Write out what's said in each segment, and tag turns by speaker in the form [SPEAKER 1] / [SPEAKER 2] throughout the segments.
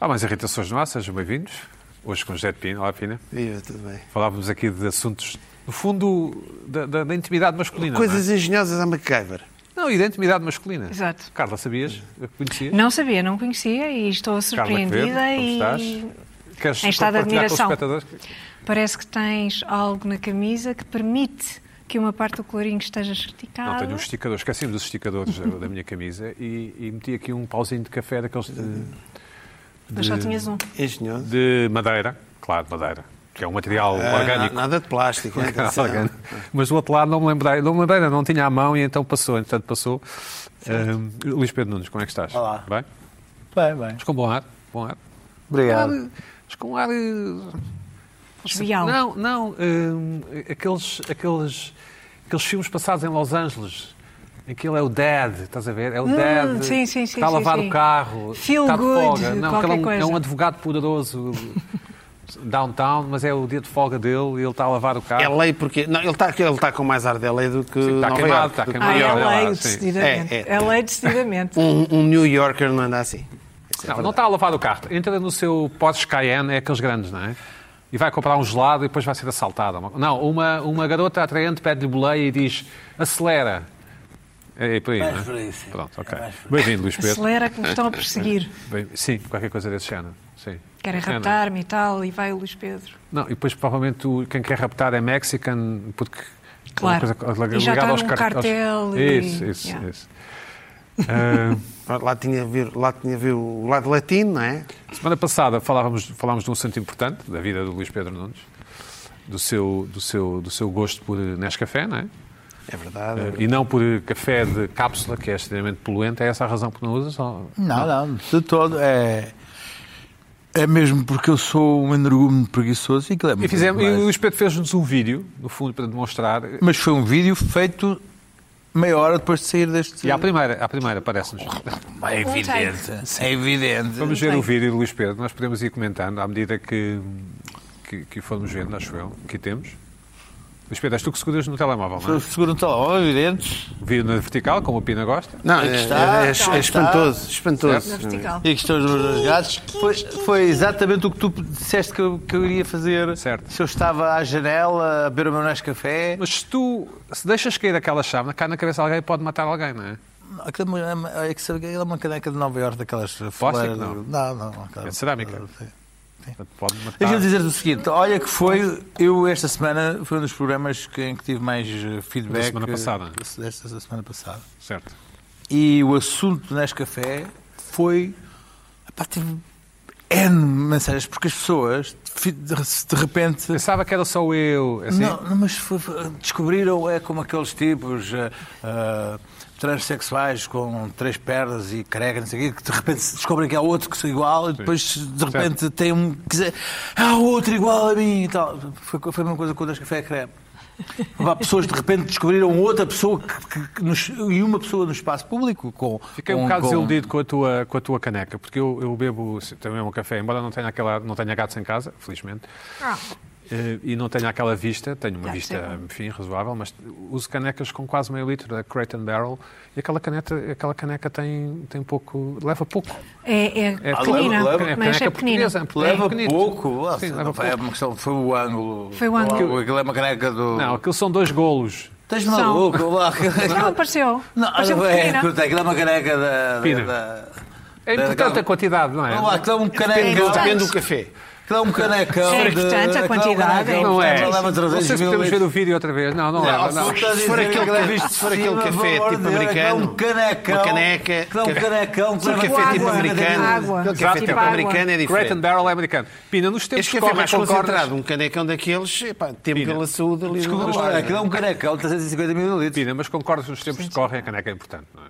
[SPEAKER 1] Há mais irritações no ar, sejam bem-vindos. Hoje com o José de Pina. Olá, Pina.
[SPEAKER 2] Viva, tudo bem.
[SPEAKER 1] Falávamos aqui de assuntos, no fundo, da, da- da intimidade masculina.
[SPEAKER 2] Coisas engenhosas à MacGyver.
[SPEAKER 1] Não, é? não, e da intimidade masculina.
[SPEAKER 3] Exato.
[SPEAKER 1] Carla, sabias? Conhecias?
[SPEAKER 3] Não sabia, não conhecia e estou
[SPEAKER 1] Carla Quevedo,
[SPEAKER 3] surpreendida
[SPEAKER 1] como
[SPEAKER 3] e
[SPEAKER 1] estás? Queres
[SPEAKER 3] em estado
[SPEAKER 1] compartilhar
[SPEAKER 3] de
[SPEAKER 1] com os
[SPEAKER 3] admiração.
[SPEAKER 1] espectadores?
[SPEAKER 3] parece que tens algo na camisa que permite que uma parte do colorinho esteja esticada.
[SPEAKER 1] Não, tenho um esticador, esqueci-me dos esticadores eh, da, da minha camisa e, e meti aqui um pauzinho de café daqueles de,
[SPEAKER 3] Mas só tinhas um.
[SPEAKER 2] Engenhoso.
[SPEAKER 1] de madeira, claro, madeira, que é um material
[SPEAKER 2] Ah,
[SPEAKER 1] orgânico.
[SPEAKER 2] na- Nada de plástico. né?
[SPEAKER 1] Material
[SPEAKER 2] Atenção.
[SPEAKER 1] orgânico. É, Mas do outro lado não me lembrei, não me lembrei, não, não tinha à mão e então passou, entretanto passou. Ahm, Luís Pedro Nunes, como é que estás?
[SPEAKER 4] Olá.
[SPEAKER 1] Bem?
[SPEAKER 4] Bem, bem.
[SPEAKER 1] Mas com bom ar, bom ar.
[SPEAKER 4] Obrigado.
[SPEAKER 1] Ar, mas com ar... eh,
[SPEAKER 3] Jovial.
[SPEAKER 1] Não, não, hum, aqueles, aqueles, aqueles filmes passados em Los Angeles, em que ele é o dad, estás a ver? É o dad,
[SPEAKER 3] Hum, sim, sim, sim,
[SPEAKER 1] está a
[SPEAKER 3] sim,
[SPEAKER 1] lavar
[SPEAKER 3] sim.
[SPEAKER 1] o carro,
[SPEAKER 3] Feel
[SPEAKER 1] está de
[SPEAKER 3] good,
[SPEAKER 1] folga. Não,
[SPEAKER 3] qualquer
[SPEAKER 1] aquele é um, é
[SPEAKER 3] coisa.
[SPEAKER 1] um advogado poderoso downtown, mas é o dia de folga dele e ele está a lavar o carro.
[SPEAKER 2] É lei porque... Não, ele está ele tá com mais ar de LA do que
[SPEAKER 1] Sim, está
[SPEAKER 2] Nova
[SPEAKER 1] queimado,
[SPEAKER 2] Iorque.
[SPEAKER 1] está
[SPEAKER 2] Do que
[SPEAKER 1] queimado.
[SPEAKER 2] Nova
[SPEAKER 3] Ah, é
[SPEAKER 1] Maior,
[SPEAKER 2] Iorque.
[SPEAKER 1] lá,
[SPEAKER 3] lei,
[SPEAKER 1] sim.
[SPEAKER 3] decididamente.
[SPEAKER 2] É, é.
[SPEAKER 3] É lei, decididamente.
[SPEAKER 2] Um, um New Yorker não anda assim. Isso é
[SPEAKER 1] não,
[SPEAKER 2] verdade.
[SPEAKER 1] não está a lavar o carro. Entra no seu Porsche Cayenne, é aqueles grandes, não é? E vai comprar um gelado e depois vai ser assaltada. Não, uma, uma garota atraente pede-lhe boleia e diz acelera. É, é por aí,
[SPEAKER 4] Mais
[SPEAKER 1] não é?
[SPEAKER 4] por aí, sim.
[SPEAKER 1] Pronto, ok.
[SPEAKER 4] É mais por
[SPEAKER 1] Bem-vindo, Luís Pedro.
[SPEAKER 3] Acelera que me estão a perseguir.
[SPEAKER 1] Bem, sim, qualquer coisa desse género. Sim.
[SPEAKER 3] Querem
[SPEAKER 1] Género.
[SPEAKER 3] raptar-me e tal, e vai o Luís Pedro.
[SPEAKER 1] Não, e depois provavelmente o- quem quer raptar é mexican, porque... é
[SPEAKER 3] Claro.
[SPEAKER 1] uma coisa
[SPEAKER 3] E já
[SPEAKER 1] ligada
[SPEAKER 3] está
[SPEAKER 1] aos
[SPEAKER 3] num
[SPEAKER 1] car-
[SPEAKER 3] cartel
[SPEAKER 1] Aos...
[SPEAKER 3] e-
[SPEAKER 1] Isso, isso,
[SPEAKER 3] Yeah.
[SPEAKER 1] isso. Ah,
[SPEAKER 2] Lá tinha, vir, lá tinha vir o lado latino, não é?
[SPEAKER 1] Semana passada falávamos, falámos de um assunto importante da vida do Luís Pedro Nunes, do seu, do seu, do seu gosto por Nescafé, não é? Eh,
[SPEAKER 2] É verdade. é verdade.
[SPEAKER 1] E não por café de cápsula, que é extremamente poluente. É essa a razão que não usas? ou-
[SPEAKER 4] Não, não, de todo. É, é mesmo porque eu sou um energúmeno preguiçoso e é que
[SPEAKER 1] E, fizemos, e o Luís Pedro fez-nos um vídeo, no fundo, para demonstrar.
[SPEAKER 4] Mas foi um vídeo feito meia hora depois de sair deste.
[SPEAKER 1] E à primeira, à primeira parece-nos.
[SPEAKER 4] É evidente. É evidente.
[SPEAKER 1] Vamos ver o vídeo do Luís Pedro. Nós podemos ir comentando à medida que, que, que formos vendo, acho eu. Aqui temos. Luís Pedro, és tu que seguras no telemóvel, não é?
[SPEAKER 4] Seguram telemóvel, evidente.
[SPEAKER 1] O vídeo na vertical, como o Pina gosta.
[SPEAKER 2] Não,
[SPEAKER 4] Aqui
[SPEAKER 2] é,
[SPEAKER 4] está,
[SPEAKER 2] é- é- é
[SPEAKER 4] está.
[SPEAKER 2] espantoso. Espantoso.
[SPEAKER 3] Na vertical.
[SPEAKER 4] E a questão dos meus gatos foi, foi exatamente o que tu disseste que eu, que eu iria fazer.
[SPEAKER 1] Certo.
[SPEAKER 4] Se eu estava à janela a beber o meu Nescafé.
[SPEAKER 1] Mas se tu se deixas cair aquela chave, cai na cabeça de alguém e pode matar alguém, não é?
[SPEAKER 4] Aquilo é uma- é que sabe- é uma caneca de Nova Iorque daquelas
[SPEAKER 1] Plástico,
[SPEAKER 4] fuleiras.
[SPEAKER 1] não?
[SPEAKER 4] Não, não, não, claro.
[SPEAKER 1] É de cerâmica.
[SPEAKER 4] Sim.
[SPEAKER 1] Portanto, Pode matar.
[SPEAKER 4] Deixa-me dizer-te o seguinte, olha que foi, eu esta semana foi um dos programas que- em que tive mais eh, feedback.
[SPEAKER 1] Da semana passada.
[SPEAKER 4] eh, Desta da semana passada.
[SPEAKER 1] Certo.
[SPEAKER 4] E o assunto do Nescafé foi, epá, tive N mensagens, porque as pessoas de de repente
[SPEAKER 1] Pensava que era só eu, assim.
[SPEAKER 4] não, não, mas foi- foi- descobriram é como aqueles tipos eh, eh, transexuais com três pernas e careca, não sei o quê, que de repente se descobrem que há outro que sou igual e depois de repente tem um que dizer, há outro igual a mim e tal. Foi, foi a mesma coisa com o Nescafé Creme. Há pessoas de repente descobriram outra pessoa que- que- que nos- e uma pessoa no espaço público com.
[SPEAKER 1] Fiquei um
[SPEAKER 4] com-
[SPEAKER 1] bocado
[SPEAKER 4] com-
[SPEAKER 1] desiludido com a tua, com a tua caneca, porque eu, eu bebo também um café, embora não tenha, aquela, não tenha gatos em casa, felizmente,
[SPEAKER 3] Ah,
[SPEAKER 1] eh, e não tenha aquela vista, tenho uma
[SPEAKER 3] Deve ser
[SPEAKER 1] vista,
[SPEAKER 3] bom.
[SPEAKER 1] enfim, razoável, mas uso canecas com quase meio litro da Crate and Barrel, e aquela, caneta, aquela caneca tem, tem pouco, leva pouco.
[SPEAKER 3] é, é
[SPEAKER 1] É
[SPEAKER 3] pequenina,
[SPEAKER 4] leva- leva-
[SPEAKER 3] mas é
[SPEAKER 1] caneca
[SPEAKER 3] pequenina.
[SPEAKER 1] portuguesa, porque é
[SPEAKER 4] Leva
[SPEAKER 1] pequenito.
[SPEAKER 4] pouco.
[SPEAKER 1] Sim,
[SPEAKER 4] Nossa,
[SPEAKER 1] leva
[SPEAKER 4] pá, é
[SPEAKER 1] pouco.
[SPEAKER 4] uma questão- foi o ângulo.
[SPEAKER 3] Foi o ângulo.
[SPEAKER 4] Aquilo é uma caneca do.
[SPEAKER 1] Não, aquilo são dois golos.
[SPEAKER 4] Estás
[SPEAKER 3] São.
[SPEAKER 4] maluco? lá.
[SPEAKER 3] Não, apareceu.
[SPEAKER 4] Não,
[SPEAKER 3] apareceu
[SPEAKER 4] olha, é,
[SPEAKER 3] pequenina.
[SPEAKER 4] aquilo é uma caneca da.
[SPEAKER 1] Pina.
[SPEAKER 4] da-
[SPEAKER 1] É importante
[SPEAKER 4] daquela-
[SPEAKER 1] a quantidade, não é?
[SPEAKER 4] Não, aquilo é um
[SPEAKER 3] Depende-
[SPEAKER 4] caneca.
[SPEAKER 3] depende
[SPEAKER 2] Do café.
[SPEAKER 4] Aquilo é um canecão.
[SPEAKER 3] É
[SPEAKER 4] de-
[SPEAKER 3] importante a
[SPEAKER 4] aquilo é um
[SPEAKER 3] quantidade,
[SPEAKER 4] canecão,
[SPEAKER 1] Não é.
[SPEAKER 4] portanto, Leva
[SPEAKER 1] Não sei
[SPEAKER 4] 300
[SPEAKER 1] se
[SPEAKER 4] mil
[SPEAKER 1] podemos ver
[SPEAKER 4] litros.
[SPEAKER 1] o vídeo outra vez. Não, não, leva. Não.
[SPEAKER 4] se estás a
[SPEAKER 2] Se for aquele
[SPEAKER 4] dizer que é
[SPEAKER 2] café-
[SPEAKER 4] visto de
[SPEAKER 2] se for
[SPEAKER 4] cima,
[SPEAKER 2] aquele café
[SPEAKER 4] pelo amor
[SPEAKER 2] tipo
[SPEAKER 4] de Deus, aquilo É
[SPEAKER 2] americano,
[SPEAKER 4] um canecão.
[SPEAKER 2] uma caneca,
[SPEAKER 4] Aquilo É um canecão.
[SPEAKER 2] Se for
[SPEAKER 4] que
[SPEAKER 2] café
[SPEAKER 4] leva
[SPEAKER 2] tipo
[SPEAKER 3] água,
[SPEAKER 2] americano,
[SPEAKER 3] água.
[SPEAKER 2] aquele café
[SPEAKER 3] Tipo
[SPEAKER 2] tipo
[SPEAKER 3] água.
[SPEAKER 2] americano é
[SPEAKER 1] Crate and
[SPEAKER 2] diferente.
[SPEAKER 1] Barrel é americano. Pina, nos tempos
[SPEAKER 2] Este
[SPEAKER 1] que
[SPEAKER 2] café é
[SPEAKER 1] correm
[SPEAKER 2] mais
[SPEAKER 1] com cordas...
[SPEAKER 2] concentrado, um canecão daqueles, epá, temo
[SPEAKER 1] Pina.
[SPEAKER 2] pela saúde ali. do
[SPEAKER 4] Desculpa,
[SPEAKER 2] lado.
[SPEAKER 4] lá, aquilo é um canecão de 350 mil litros.
[SPEAKER 1] Pina, mas concordas nos tempos que correm, a caneca é importante, não é?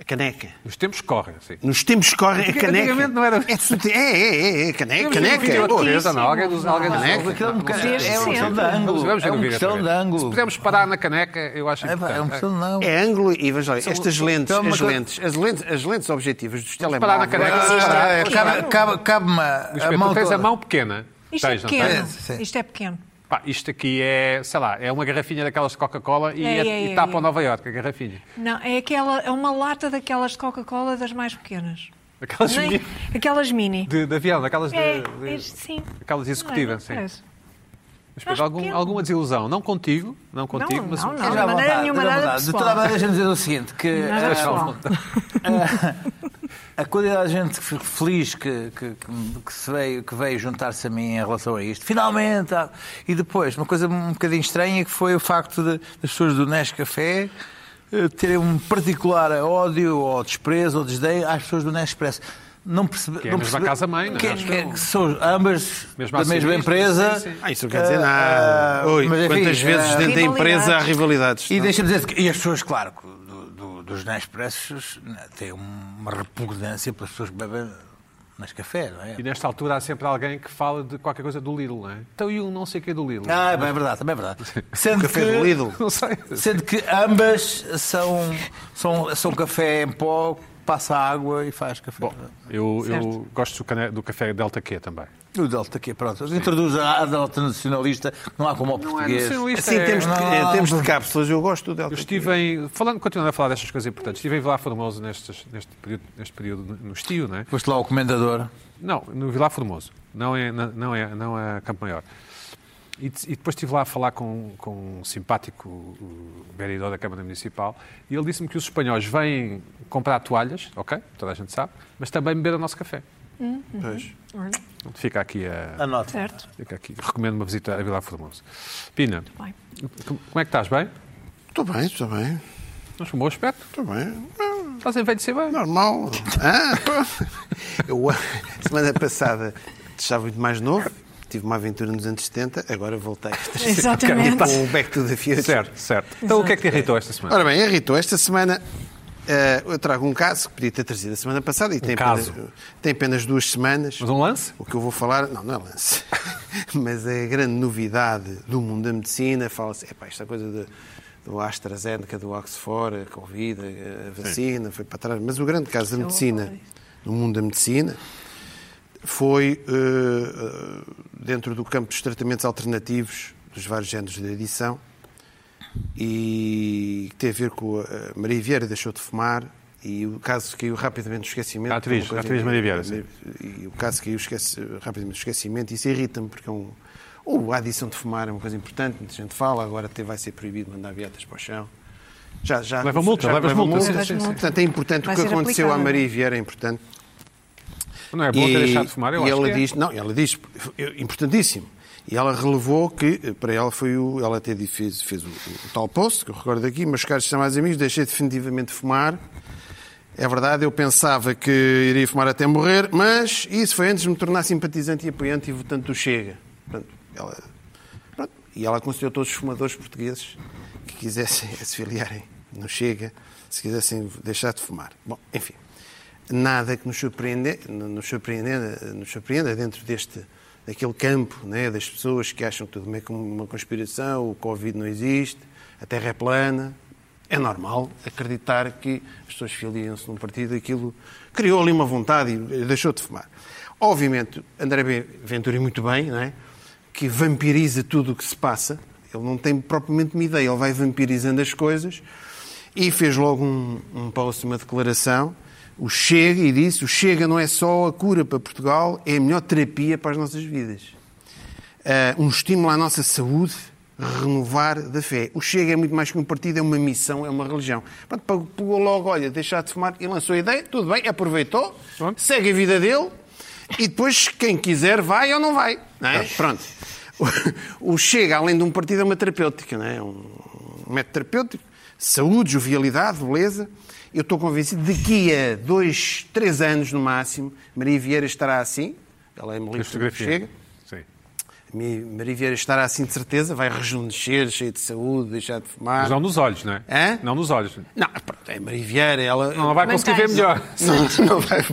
[SPEAKER 2] A caneca.
[SPEAKER 1] Nos tempos que correm, sim.
[SPEAKER 2] Nos tempos que correm, a
[SPEAKER 1] Porque
[SPEAKER 2] caneca.
[SPEAKER 1] antigamente não era-
[SPEAKER 2] É, sute- é, é, é, é, caneca,
[SPEAKER 1] Temos um vídeo
[SPEAKER 2] caneca.
[SPEAKER 1] outra
[SPEAKER 2] Pô,
[SPEAKER 1] vez, ou não? Alguém dos... Alguém dos
[SPEAKER 2] Caneca.
[SPEAKER 4] Aquilo é um
[SPEAKER 1] Não sei.
[SPEAKER 4] canecão. É uma questão de
[SPEAKER 1] Vamos
[SPEAKER 4] ângulo.
[SPEAKER 1] ver
[SPEAKER 4] É
[SPEAKER 1] o
[SPEAKER 4] uma
[SPEAKER 1] vídeo outra
[SPEAKER 4] questão
[SPEAKER 1] vez.
[SPEAKER 4] de
[SPEAKER 1] Se
[SPEAKER 4] ângulo.
[SPEAKER 1] pudermos parar na caneca, eu acho
[SPEAKER 4] É pá,
[SPEAKER 1] importante.
[SPEAKER 4] É uma questão de ângulo.
[SPEAKER 2] É ângulo e veja, olha, estas lentes,
[SPEAKER 4] então,
[SPEAKER 2] as
[SPEAKER 4] mas-
[SPEAKER 2] lentes, as lentes, as lentes objetivas dos
[SPEAKER 1] parar na
[SPEAKER 2] telemóveis.
[SPEAKER 1] caneca.
[SPEAKER 2] Ah,
[SPEAKER 4] Ah, é,
[SPEAKER 1] Pois
[SPEAKER 4] cabe- cabe- Cabe-me
[SPEAKER 1] Luís
[SPEAKER 4] a
[SPEAKER 1] Pedro,
[SPEAKER 4] mão
[SPEAKER 1] tu tens a
[SPEAKER 4] toda.
[SPEAKER 1] mão pequena.
[SPEAKER 3] Isto é
[SPEAKER 1] Tens, não tens?
[SPEAKER 3] pequeno.
[SPEAKER 4] Sim, sim.
[SPEAKER 3] Isto é pequeno.
[SPEAKER 1] Pá, isto aqui é, sei lá, é uma garrafinha daquelas de Coca-Cola e,
[SPEAKER 3] É,
[SPEAKER 1] é-
[SPEAKER 3] é,
[SPEAKER 1] e
[SPEAKER 3] é,
[SPEAKER 1] tapa
[SPEAKER 3] é.
[SPEAKER 1] Nova Iorque, a garrafinha.
[SPEAKER 3] Não, é, aquela, é uma lata daquelas de Coca-Cola das mais pequenas.
[SPEAKER 1] Aquelas
[SPEAKER 3] Nem-
[SPEAKER 1] meninas
[SPEAKER 3] Aquelas mini.
[SPEAKER 1] de, de avião, aquelas, de-
[SPEAKER 3] É,
[SPEAKER 1] de-
[SPEAKER 3] é, sim. é?
[SPEAKER 1] aquelas executivas, sim. Mas,
[SPEAKER 3] Parece. Mas
[SPEAKER 1] pronto, algum-
[SPEAKER 3] pequeno.
[SPEAKER 1] alguma desilusão, não contigo, não contigo, mas
[SPEAKER 3] não, não.
[SPEAKER 5] Seja
[SPEAKER 3] de
[SPEAKER 5] à
[SPEAKER 3] maneira
[SPEAKER 5] vontade,
[SPEAKER 3] nenhuma,
[SPEAKER 5] seja à
[SPEAKER 3] nada
[SPEAKER 5] vontade. De
[SPEAKER 3] pessoal.
[SPEAKER 5] toda a maneira, deixa-me dizer o seguinte, que
[SPEAKER 3] Nada
[SPEAKER 5] eh,
[SPEAKER 3] pessoal.
[SPEAKER 5] a quantidade de gente que- feliz que, que, que- que se veio, que veio juntar-se a mim em relação a isto. Finalmente! ah. E depois, uma coisa um bocadinho estranha que foi o facto de- das pessoas do Nescafé eh, terem um particular ódio ou desprezo ou desdém às pessoas do Nespresso. Não percebe,
[SPEAKER 1] Que é a
[SPEAKER 5] não
[SPEAKER 1] mesma
[SPEAKER 5] percebe-
[SPEAKER 1] casa-mãe, não é?
[SPEAKER 5] que,
[SPEAKER 1] Acho
[SPEAKER 5] que- que são ambas
[SPEAKER 1] Mesmo
[SPEAKER 5] da mesma
[SPEAKER 1] acionista,
[SPEAKER 5] empresa.
[SPEAKER 1] sim, sim.
[SPEAKER 2] Ah, isso não quer dizer
[SPEAKER 5] Ah,
[SPEAKER 2] nada.
[SPEAKER 5] ah,
[SPEAKER 2] Oi,
[SPEAKER 5] mas, enfim,
[SPEAKER 2] quantas vezes
[SPEAKER 5] ah,
[SPEAKER 2] dentro da empresa há rivalidades?
[SPEAKER 5] e
[SPEAKER 2] não? é?
[SPEAKER 5] deixa-me dizer que e as pessoas, claro, que do- do- dos Nespressos né, têm uma repugnância pelas pessoas que bebem nas café, não é?
[SPEAKER 1] E nesta altura há sempre alguém que fala de qualquer coisa do Lidl, não é? Então e o não sei o que do Lidl?
[SPEAKER 5] Ah, é bem verdade, também é verdade. Sendo
[SPEAKER 2] Café do Lidl.
[SPEAKER 1] Não sei.
[SPEAKER 5] Sendo que ambas são, são, são café em pó, passa água e faz café.
[SPEAKER 1] Eu, eu
[SPEAKER 3] Certo.
[SPEAKER 1] gosto do, cane- do café Delta Q também.
[SPEAKER 5] O Delta tá aqui, pronto. Introduz a Delta nacionalista, não há como ao português.
[SPEAKER 2] Assim, em termos de, em termos de cápsulas, eu gosto do Delta.
[SPEAKER 1] Eu estive em. Falando, continuando a falar destas coisas importantes, estive em Vilar Formoso nestes, neste, período, neste período no estio, não é?
[SPEAKER 5] Foste lá ao comendador.
[SPEAKER 1] Não, no Vilar Formoso, não é, na- não é, não é Campo Maior. E, t- e depois estive lá a falar com, com um simpático uh, vereador da Câmara Municipal e ele disse-me que os espanhóis vêm comprar toalhas, ok, toda a gente sabe, mas também beber o nosso café.
[SPEAKER 2] Pois.
[SPEAKER 1] Fica aqui a.
[SPEAKER 5] Anota.
[SPEAKER 3] Certo.
[SPEAKER 1] Fica aqui. Recomendo uma visita a Vilar Formoso. Pina,
[SPEAKER 3] Bem.
[SPEAKER 1] com- como é que estás? Bem?
[SPEAKER 2] Estou bem, estou bem.
[SPEAKER 1] Estás com bom aspecto?
[SPEAKER 2] Estou bem.
[SPEAKER 1] Estás a envelhecer bem?
[SPEAKER 2] Normal. Ah, pô. eu, a semana passada estava muito mais novo. Tive uma aventura nos anos 70, agora voltei
[SPEAKER 3] Exatamente.
[SPEAKER 2] com o Back to the Future.
[SPEAKER 1] Certo, certo. Então o que é que te irritou esta semana?
[SPEAKER 2] Ora bem, irritou. Esta semana eh, eu trago um caso que podia ter trazido a semana passada e tem,
[SPEAKER 1] Um caso.
[SPEAKER 2] Apenas, tem apenas duas semanas.
[SPEAKER 1] Mas um lance?
[SPEAKER 2] O que eu vou falar, não, não é lance, mas é a grande novidade do mundo da medicina. Fala-se, epá, esta coisa de- do AstraZeneca, do Oxford, a Covid, a- a vacina, foi para trás. Mas o grande caso da medicina, do mundo da medicina, foi eh, eh, dentro do campo dos tratamentos alternativos dos vários géneros de adição e que tem a ver com a a Maria Vieira deixou de fumar e o caso caiu rapidamente no esquecimento.
[SPEAKER 1] A atriz,
[SPEAKER 2] Uma coisa
[SPEAKER 1] a atriz Maria Vieira, sim.
[SPEAKER 2] E o caso caiu esquece, rapidamente no esquecimento e isso irrita-me porque é um, ou a adição de fumar é uma coisa importante, muita gente fala, agora até vai ser proibido mandar beatas para o chão. Já, já,
[SPEAKER 1] Leva multa, levas multa, sim,
[SPEAKER 3] sim, sim.
[SPEAKER 2] Portanto, é importante
[SPEAKER 3] Vai
[SPEAKER 2] o que
[SPEAKER 3] ser
[SPEAKER 2] aconteceu à
[SPEAKER 3] aplicada,
[SPEAKER 2] Maria Vieira, é importante
[SPEAKER 1] Não é bom ter deixado de fumar, eu
[SPEAKER 2] e
[SPEAKER 1] acho
[SPEAKER 2] ela
[SPEAKER 1] que é.
[SPEAKER 2] diz, não, ela diz, é importantíssimo. E ela relevou que, eh, para ela, foi o. Ela até di- fez, fez o, o tal post, que eu recordo aqui, meus caros chamados amigos, deixei definitivamente de fumar. É verdade, eu pensava que iria fumar até morrer, mas isso foi antes de me tornar simpatizante e apoiante e votante do Chega. Portanto, ela, pronto, e ela aconselhou todos os fumadores portugueses que quisessem se filiarem no Chega, se quisessem deixar de fumar. Bom, enfim, nada que nos surpreenda, nos surpreenda, nos surpreenda dentro deste daquele campo né, das pessoas que acham que tudo é como uma conspiração, o Covid não existe, a Terra é plana, é normal acreditar que as pessoas filiam-se num partido, aquilo criou ali uma vontade e deixou de fumar. Obviamente, André B- Venturi, muito bem, não é? que vampiriza tudo o que se passa, ele não tem propriamente uma ideia, ele vai vampirizando as coisas e fez logo um, um post, uma declaração. O Chega, e disse: o Chega não é só a cura para Portugal, é a melhor terapia para as nossas vidas eh, um estímulo à nossa saúde, renovar da fé. O Chega é muito mais que um partido, é uma missão, é uma religião. Portanto, pegou logo, olha, deixar de fumar e lançou a ideia, tudo bem, aproveitou,
[SPEAKER 1] Pronto.
[SPEAKER 2] segue a vida dele e depois quem quiser vai ou não vai. não
[SPEAKER 1] Tá,
[SPEAKER 2] é? Pronto. O o Chega, além de um partido, é uma terapêutica, não é? um um método terapêutico. Saúde, jovialidade, beleza. Eu estou convencido, daqui a dois, três anos no máximo, Maria Vieira estará assim. Ela é
[SPEAKER 1] A
[SPEAKER 2] militante do
[SPEAKER 1] fotografia.
[SPEAKER 2] Chega. Ah.
[SPEAKER 1] Sim.
[SPEAKER 2] Mi- Maria Vieira estará assim de certeza, vai rejuvenescer, cheia de saúde, deixar de fumar.
[SPEAKER 1] Mas não nos olhos, não é?
[SPEAKER 2] Hã?
[SPEAKER 1] Não nos olhos. Não,
[SPEAKER 2] Não, pronto, é Maria Vieira, ela.
[SPEAKER 1] não vai conseguir ver
[SPEAKER 3] Mantém-se.
[SPEAKER 1] melhor.
[SPEAKER 2] Não, é? não vai fazer,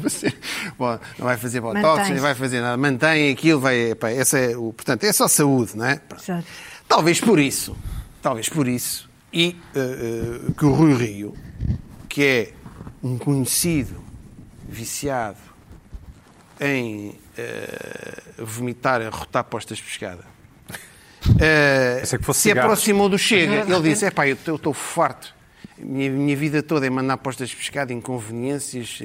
[SPEAKER 2] bom, não vai fazer botox,
[SPEAKER 3] Mantém-se.
[SPEAKER 2] não vai fazer nada. Mantém aquilo, vai. epá, essa é, o, portanto, é só saúde, não é? Pronto.
[SPEAKER 3] Exato.
[SPEAKER 2] Talvez por isso, talvez por isso, e eh, eh, que o Rui Rio, que é um conhecido viciado em eh, vomitar, arrotar postas de pescada, eh,
[SPEAKER 1] Pensei que fosse
[SPEAKER 2] se
[SPEAKER 1] cigarros.
[SPEAKER 2] aproximou do Chega. Ele disse: é pá, eu estou farto. Minha, minha vida toda é mandar postas de pescado, inconveniências,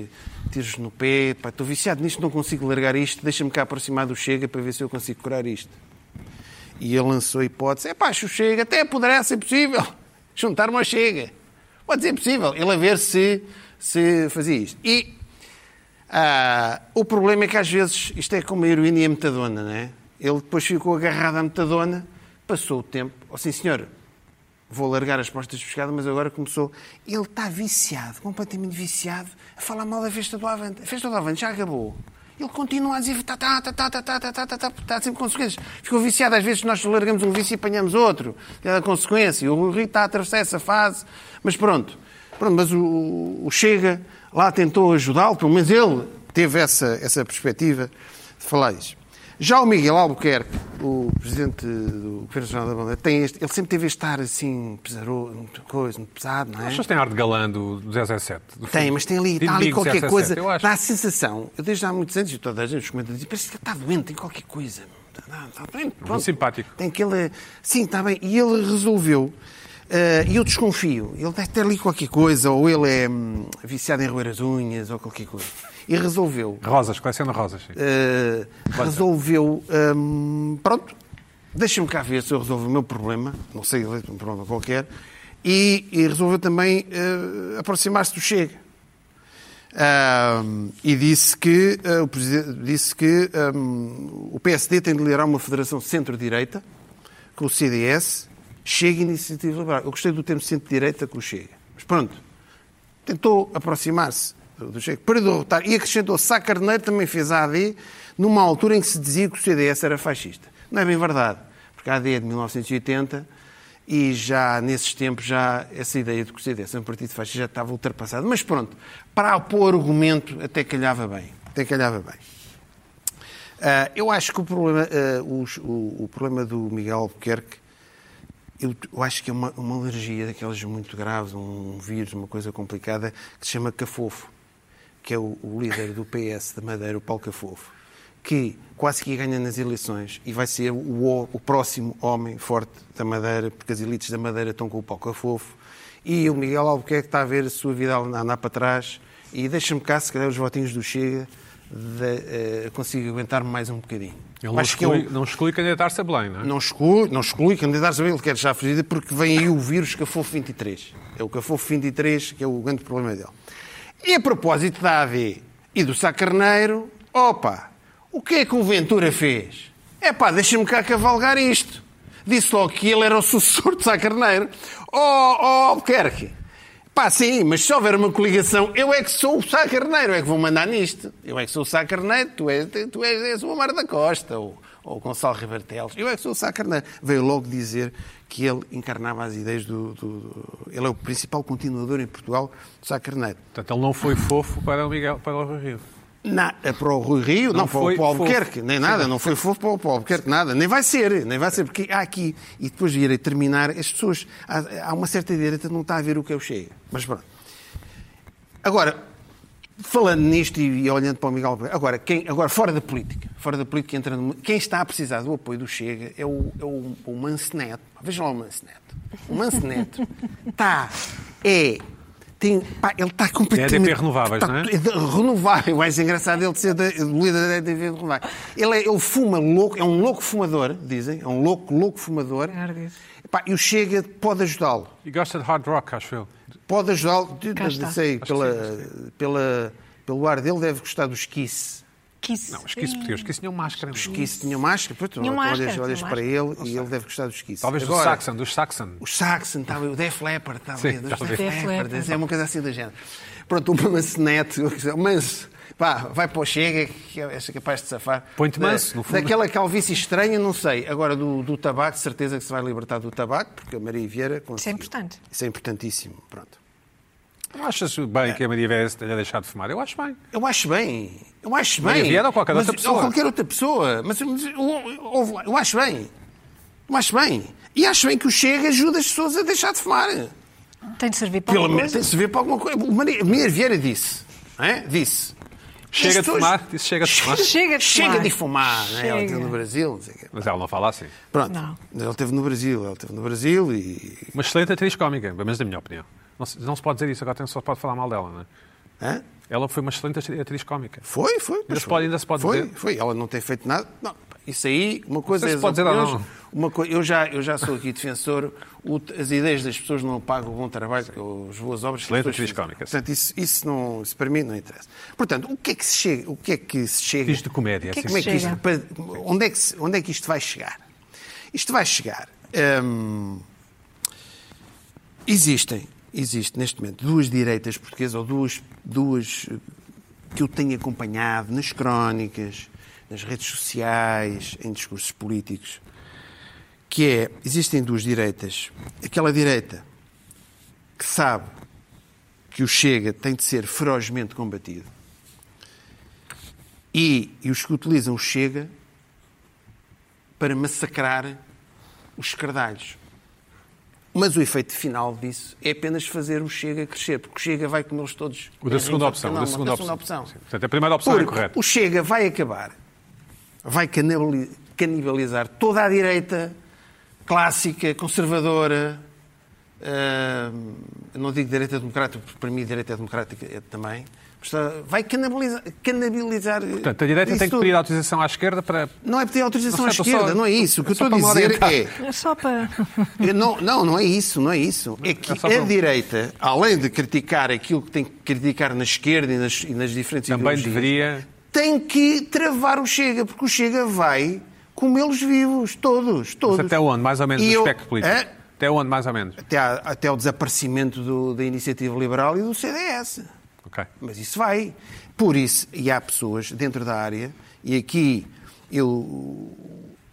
[SPEAKER 2] tiros no pé. Pá, estou viciado nisto, não consigo largar isto. Deixa-me cá aproximar do Chega para ver se eu consigo curar isto. E ele lançou a hipótese: é pá, se o Chega, até poderá ser possível juntar-me ao Chega. Pode ser possível. Ele a ver se, se fazia isto. E ah, o problema é que às vezes isto é como a heroína e a metadona, não é? Ele depois ficou agarrado à metadona, passou o tempo. Oh, sim, senhor, vou largar as postas de pescado, mas agora começou. Ele está viciado, completamente viciado, a falar mal da festa do Avante. A festa do Avante já acabou. Ele continua a dizer tá, tá, tá, tá, tá, tá, tá, tá, tá, tá, tá sempre consequências. Ficou viciado. Às vezes nós largamos um vício e apanhamos outro. É a consequência. O Rui está a atravessar essa fase. Mas pronto. pronto mas o, o Chega lá tentou ajudá-lo, pelo menos ele teve essa, essa perspectiva de falar isso. Já o Miguel Albuquerque, o presidente do Governo Nacional da Bandeira, tem este, ele sempre teve este ar assim, pesaroso, muito coisa, muito pesado, não é?
[SPEAKER 1] Mas tem ar de galã do, do 007. Do
[SPEAKER 2] Tem,
[SPEAKER 1] filme.
[SPEAKER 2] mas tem ali,
[SPEAKER 1] De
[SPEAKER 2] está ali
[SPEAKER 1] inimigo
[SPEAKER 2] qualquer
[SPEAKER 1] 007,
[SPEAKER 2] coisa.
[SPEAKER 1] Eu acho.
[SPEAKER 2] Dá a sensação, eu desde há muitos anos, e toda a gente os comenta, diz, parece que ele está doente, tem qualquer coisa. Tá, Está, está doente, pronto.
[SPEAKER 1] simpático.
[SPEAKER 2] Tem aquele. Sim, está bem. E ele resolveu. eh, E eu desconfio. Ele deve ter ali qualquer coisa, ou ele é hum, viciado em roer as unhas, ou qualquer coisa. E resolveu.
[SPEAKER 1] Rosas, coleciona rosas. Sim.
[SPEAKER 2] eh, resolveu. hum, pronto. Deixa-me cá ver se eu resolvo o meu problema. Não sei, ele tem um problema qualquer. E, e resolveu também eh, aproximar-se do Chega. Ahm, e disse que, ah, o, preside- disse que ahm, o PSD tem de liderar uma federação centro-direita com o CDS, Chega e Iniciativa Liberal. Eu gostei do termo centro-direita com o Chega. Mas pronto, tentou aproximar-se do do Chega para derrotar. E acrescentou, Sá Carneiro também fez a AD numa altura em que se dizia que o CDS era fascista. Não é bem verdade, porque a AD é de 1980 e já nesses tempos já essa ideia de que o CDS é um partido fascista já estava ultrapassado. Mas pronto, para pôr argumento até calhava bem. Até calhava bem. Ah, eu acho que o problema, ah, os- o, o problema do Miguel Albuquerque, eu, eu acho que é uma, uma alergia daquelas muito graves, um vírus, uma coisa complicada, que se chama Cafofo, que é o, o líder do PS da Madeira, o Paulo Cafofo, que quase que ganha nas eleições e vai ser o, o- o próximo homem forte da Madeira, porque as elites da Madeira estão com o Paulo Cafofo. E o Miguel Albuquerque está a ver a sua vida a andar para trás e deixa-me cá, se calhar, os votinhos do Chega, de, eh, consigo aguentar-me mais um bocadinho.
[SPEAKER 1] Ele não
[SPEAKER 2] é
[SPEAKER 1] exclui, não exclui candidatar-se a Belém, não é?
[SPEAKER 2] não exclui, não exclui candidatos a ele, quer já fugida, porque vem aí o vírus Cafofo 23. É o Cafofo 23 que é o grande problema dele. E a propósito da AV e do Sá Carneiro, opa, o que é que o Ventura fez? É pá, deixa-me cá cavalgar isto. Disse logo que ele era o sucessor de Sá Carneiro. Oh, oh Albuquerque, Pá, sim, mas se houver uma coligação, eu é que sou o Sá Carneiro, eu é que vou mandar nisto. Eu é que sou o Sá Carneiro, tu és, tu és, és o Amar da Costa, ou, ou o Gonçalo Ribeiro Teles. Eu é que sou o Sá Carneiro. Veio logo dizer que ele encarnava as ideias do... do- do- ele é o principal continuador em Portugal do Sá Carneiro.
[SPEAKER 1] Portanto, ele não foi fofo para o Miguel, para o Rio.
[SPEAKER 2] Na, é para o Rui Rio, não,
[SPEAKER 1] Não
[SPEAKER 2] para,
[SPEAKER 1] foi
[SPEAKER 2] o, para o
[SPEAKER 1] fofo.
[SPEAKER 2] Albuquerque, nem nada, não foi fofo para o, para o Albuquerque, nada, nem vai ser, nem vai ser, porque há aqui, e depois irei terminar, as pessoas, há, há uma certa direita que não está a ver o que eu chego, mas pronto. Agora, falando nisto e, e olhando para o Miguel Albuquerque, agora, quem, agora, fora da política, fora da política, entrando, no- quem está a precisar do apoio do Chega é o, é o, o Manso Neto. Vejam lá o Manso Neto. O Manso Neto está, é, tem, pá, ele está completamente...
[SPEAKER 1] EDP renováveis,
[SPEAKER 2] está
[SPEAKER 1] não é?
[SPEAKER 2] é de- renovável. Mais engraçado ele ser da- do líder da EDP renovável. Ele, é- ele fuma louco, é um louco fumador, dizem. É um louco, louco fumador.
[SPEAKER 3] Ardes.
[SPEAKER 2] Epá, e o Chega pode ajudá-lo.
[SPEAKER 1] E gosta de hard rock, acho eu.
[SPEAKER 2] Pode ajudá-lo. de-
[SPEAKER 3] Cá
[SPEAKER 2] de-
[SPEAKER 3] está.
[SPEAKER 2] sei, pela, pela, pelo ar dele, deve gostar dos Kiss.
[SPEAKER 3] Quis.
[SPEAKER 1] Não, esquece porque eu esqueci tinha um máscara. não é?
[SPEAKER 2] Os Kiss tinham máscara, pois, tu
[SPEAKER 3] Tinham
[SPEAKER 2] olhas,
[SPEAKER 3] máscara,
[SPEAKER 2] olhas
[SPEAKER 3] tinham
[SPEAKER 2] para ele e ele deve gostar dos Kiss.
[SPEAKER 1] Talvez do
[SPEAKER 2] Agora,
[SPEAKER 1] Saxon, dos Saxon.
[SPEAKER 2] Os Saxon, estava o Def Leppard, estava
[SPEAKER 1] Sim,
[SPEAKER 2] aí, dos
[SPEAKER 1] talvez.
[SPEAKER 2] Def
[SPEAKER 3] Def
[SPEAKER 2] Leppard,
[SPEAKER 3] Leppard.
[SPEAKER 2] é uma coisa assim do género. Pronto, o Manso Neto, o Manso, pá, vai para o Chega, que é é capaz de safar.
[SPEAKER 1] Põe-te
[SPEAKER 2] Da-
[SPEAKER 1] manso, no fundo.
[SPEAKER 2] Daquela calvície estranha, não sei. Agora, do, do tabaco, certeza que se vai libertar do tabaco, porque a Maria Vieira conseguiu.
[SPEAKER 3] Isso é importante.
[SPEAKER 2] Isso é importantíssimo, pronto.
[SPEAKER 1] Não achas
[SPEAKER 2] É.
[SPEAKER 1] bem que a Maria Vélez tenha deixado de fumar? Eu acho bem.
[SPEAKER 2] Eu acho bem. Eu acho
[SPEAKER 1] Maria
[SPEAKER 2] bem.
[SPEAKER 1] Vieira ou qualquer
[SPEAKER 2] Mas-
[SPEAKER 1] outra pessoa.
[SPEAKER 2] Ou qualquer outra pessoa. Mas, mas eu, eu- ouve lá, eu acho bem. Eu acho bem. E acho bem que o Chega ajuda as pessoas a deixar de fumar.
[SPEAKER 3] Tem de servir para
[SPEAKER 2] Pelo
[SPEAKER 3] alguma
[SPEAKER 2] menos
[SPEAKER 3] coisa.
[SPEAKER 2] tem de se ver para alguma coisa. O Maria, Maria Vieira disse. não é? Disse.
[SPEAKER 1] Chega
[SPEAKER 2] As
[SPEAKER 1] de
[SPEAKER 2] pessoas-
[SPEAKER 1] fumar? Disse chega de fumar.
[SPEAKER 3] Chega de
[SPEAKER 2] Chega
[SPEAKER 3] fumar.
[SPEAKER 2] de fumar. não é? Ela
[SPEAKER 3] Chega.
[SPEAKER 2] esteve no Brasil. não sei o quê.
[SPEAKER 1] Mas ela não fala assim.
[SPEAKER 2] Pronto.
[SPEAKER 3] Não.
[SPEAKER 2] Ela esteve no Brasil. Ela esteve no Brasil e.
[SPEAKER 1] Uma excelente atriz cómica, pelo menos da minha opinião. Não se, não se pode dizer isso, agora só se pode falar mal dela, não é?
[SPEAKER 2] Hã?
[SPEAKER 1] Ela foi uma excelente atri- atriz cómica.
[SPEAKER 2] Foi, foi. pois
[SPEAKER 1] se
[SPEAKER 2] foi.
[SPEAKER 1] pode- ainda se pode
[SPEAKER 2] foi,
[SPEAKER 1] dizer.
[SPEAKER 2] Foi, ela não tem feito nada. Não, isso aí, uma coisa
[SPEAKER 1] sei se
[SPEAKER 2] as
[SPEAKER 1] pode dizer ou
[SPEAKER 2] opiniões,
[SPEAKER 1] não.
[SPEAKER 2] Uma coi- eu, já, eu já sou aqui defensor, o- as ideias das pessoas não pagam o bom trabalho, as boas obras. que as
[SPEAKER 1] Excelente
[SPEAKER 2] pessoas
[SPEAKER 1] atriz
[SPEAKER 2] fizeram.
[SPEAKER 1] cómica, sim.
[SPEAKER 2] Portanto, isso, isso, não, isso para mim não interessa. Portanto, o que é que se chega? O que é que se chega?
[SPEAKER 1] Atriz de comédia.
[SPEAKER 3] que é que
[SPEAKER 1] assim.
[SPEAKER 2] Como é que isto,
[SPEAKER 3] Chega.
[SPEAKER 2] para- onde, é que, se- onde é que isto vai chegar? Isto vai chegar. hum, existem, existe neste momento duas direitas portuguesas, ou duas, duas eh, que eu tenho acompanhado nas crónicas, nas redes sociais, em discursos políticos, que é, existem duas direitas. Aquela direita que sabe que o Chega tem de ser ferozmente combatido e, e os que utilizam o Chega para massacrar os escardalhos. Mas o efeito final disso é apenas fazer o Chega crescer, porque o Chega vai com eles todos. É,
[SPEAKER 1] O da
[SPEAKER 2] em
[SPEAKER 1] segunda
[SPEAKER 2] rede
[SPEAKER 1] opção. o
[SPEAKER 2] nacional,
[SPEAKER 1] da
[SPEAKER 2] mas
[SPEAKER 1] segunda opção.
[SPEAKER 2] opção.
[SPEAKER 1] Sim. Portanto, a primeira opção é
[SPEAKER 2] Porque
[SPEAKER 1] correta.
[SPEAKER 2] O Chega vai acabar, vai canibali- canibalizar toda a direita clássica, conservadora. hum, eu não digo direita democrática, porque para mim direita é democrática é também. mas está- Vai canibalizar. canibalizar
[SPEAKER 1] Portanto, a direita
[SPEAKER 2] isso
[SPEAKER 1] tem que
[SPEAKER 2] tudo.
[SPEAKER 1] pedir autorização à esquerda para.
[SPEAKER 2] Não é pedir
[SPEAKER 1] Não
[SPEAKER 2] autorização à
[SPEAKER 1] sei,
[SPEAKER 2] esquerda,
[SPEAKER 1] só-
[SPEAKER 2] não é isso. O que eu
[SPEAKER 1] só
[SPEAKER 2] estou a
[SPEAKER 1] para me
[SPEAKER 2] dizer
[SPEAKER 1] orientar.
[SPEAKER 2] é.
[SPEAKER 3] Só para.
[SPEAKER 2] Eu Não, não, não é isso, não é isso. É que
[SPEAKER 1] É só
[SPEAKER 2] a
[SPEAKER 1] para-
[SPEAKER 2] direita, além de criticar aquilo que tem que criticar na esquerda e nas, e nas diferentes
[SPEAKER 1] Também
[SPEAKER 2] ideologias,
[SPEAKER 1] deveria.
[SPEAKER 2] tem que travar o Chega, porque o Chega vai comê-los vivos, todos, todos.
[SPEAKER 1] Mas até onde, mais ou menos,
[SPEAKER 2] E
[SPEAKER 1] no
[SPEAKER 2] eu-
[SPEAKER 1] espectro político?
[SPEAKER 2] Hã?
[SPEAKER 1] Até onde, mais ou menos?
[SPEAKER 2] Até, à- até ao desaparecimento do- da iniciativa liberal e do CDS.
[SPEAKER 1] Ok.
[SPEAKER 2] Mas isso vai. Por isso, e há pessoas dentro da área, e aqui eu,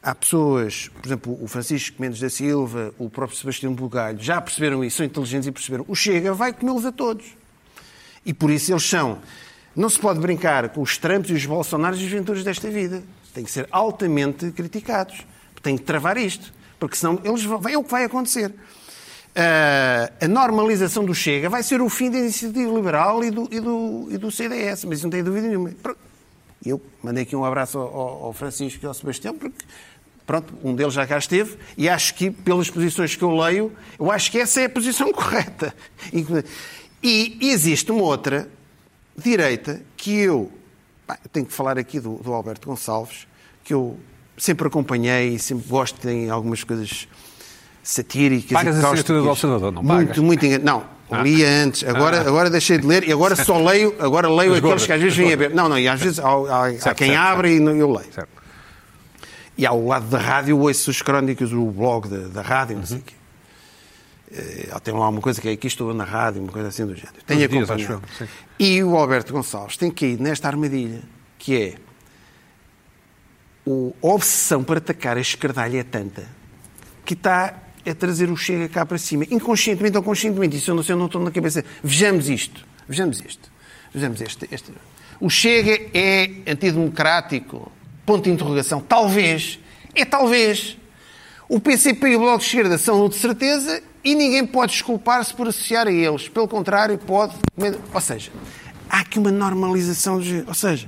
[SPEAKER 2] há pessoas, por exemplo, o Francisco Mendes da Silva, o próprio Sebastião Bugalho, já perceberam isso, são inteligentes e perceberam. O Chega vai comê-los a todos. E por isso eles são. Não se pode brincar com os Trumps e os Bolsonaros e os Venturas desta vida. Têm que ser altamente criticados. Têm que travar isto. Porque senão eles vão, é o que vai acontecer. Ah, a normalização do Chega vai ser o fim da iniciativa liberal e do, e do, e do CDS, mas isso não tenho dúvida nenhuma. Pro- Eu mandei aqui um abraço ao, ao- ao Francisco e ao Sebastião, porque pronto, um deles já cá esteve, e acho que, pelas posições que eu leio, eu acho que essa é a posição correta. Inclu- E existe uma outra direita que eu, pá, eu tenho que falar aqui do, do Alberto Gonçalves, que eu sempre acompanhei e sempre gosto, tem algumas coisas satíricas.
[SPEAKER 1] Pagas a
[SPEAKER 2] e cáusticas.
[SPEAKER 1] assinatura do Observador, não
[SPEAKER 2] Muito,
[SPEAKER 1] pagas? Ah.
[SPEAKER 2] muito engan... Não, lia antes. Agora, agora deixei de ler e agora só leio, agora leio
[SPEAKER 1] As
[SPEAKER 2] aqueles
[SPEAKER 1] gordas,
[SPEAKER 2] que às vezes
[SPEAKER 1] as
[SPEAKER 2] vêm a
[SPEAKER 1] gordas.
[SPEAKER 2] ver. Não, não, e às vezes há, há- há
[SPEAKER 1] Certo,
[SPEAKER 2] quem
[SPEAKER 1] certo,
[SPEAKER 2] abre e não- eu leio.
[SPEAKER 1] Certo.
[SPEAKER 2] E ao lado da rádio ouço as crónicas, o blog da, da rádio, não sei o
[SPEAKER 1] Uhum.
[SPEAKER 2] quê. Eh, Tem lá uma coisa que é aqui estou na rádio, uma coisa assim do género. Tenho
[SPEAKER 1] Todos os dias,
[SPEAKER 2] acompanhado.
[SPEAKER 1] acho eu, sim.
[SPEAKER 2] E o Alberto Gonçalves tem caído nesta armadilha, que é o- a obsessão para atacar a escardalha é tanta que está a trazer o chega cá para cima, inconscientemente ou conscientemente. Isso eu não sei, eu não estou na cabeça. Vejamos isto, vejamos isto, vejamos este. este. O chega é antidemocrático? Ponto de interrogação. Talvez, é talvez. O PCP e o Bloco de Esquerda são o de certeza e ninguém pode desculpar-se por associar a eles. Pelo contrário, pode. Ou seja, há aqui uma normalização. De... Ou seja,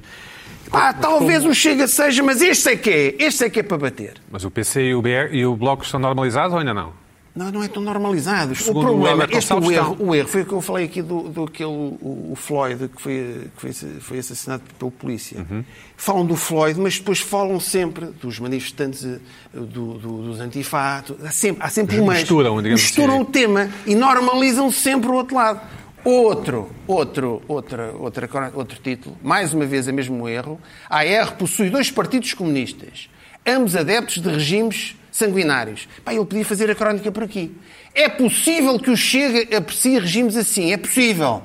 [SPEAKER 2] pá, talvez o Chega seja, mas este é que é. Este é que é para bater.
[SPEAKER 1] Mas o PC e o, BR, e o Bloco estão normalizados ou ainda não?
[SPEAKER 2] Não, não é tão normalizado. O
[SPEAKER 1] Segundo o
[SPEAKER 2] problema,
[SPEAKER 1] Alberto
[SPEAKER 2] este, o,
[SPEAKER 1] Gonçalves,
[SPEAKER 2] erro,
[SPEAKER 1] está.
[SPEAKER 2] o erro foi o que eu falei aqui do, do aquele, o, o Floyd, que, foi, que foi, foi assassinado pela polícia.
[SPEAKER 1] Uhum.
[SPEAKER 2] Falam do Floyd, mas depois falam sempre dos manifestantes, eh, do, do- dos antifatos. Há sempre, há sempre um meio.
[SPEAKER 1] Misturam, digamos assim.
[SPEAKER 2] Misturam o um tema e normalizam sempre o outro lado. Outro, outro, outra, outra, cor- outro título, mais uma vez o mesmo um erro. A AR possui dois partidos comunistas, ambos adeptos de regimes sanguinários. Pá, ele podia fazer a crónica por aqui. É possível que o Chega aprecie regimes assim, é possível.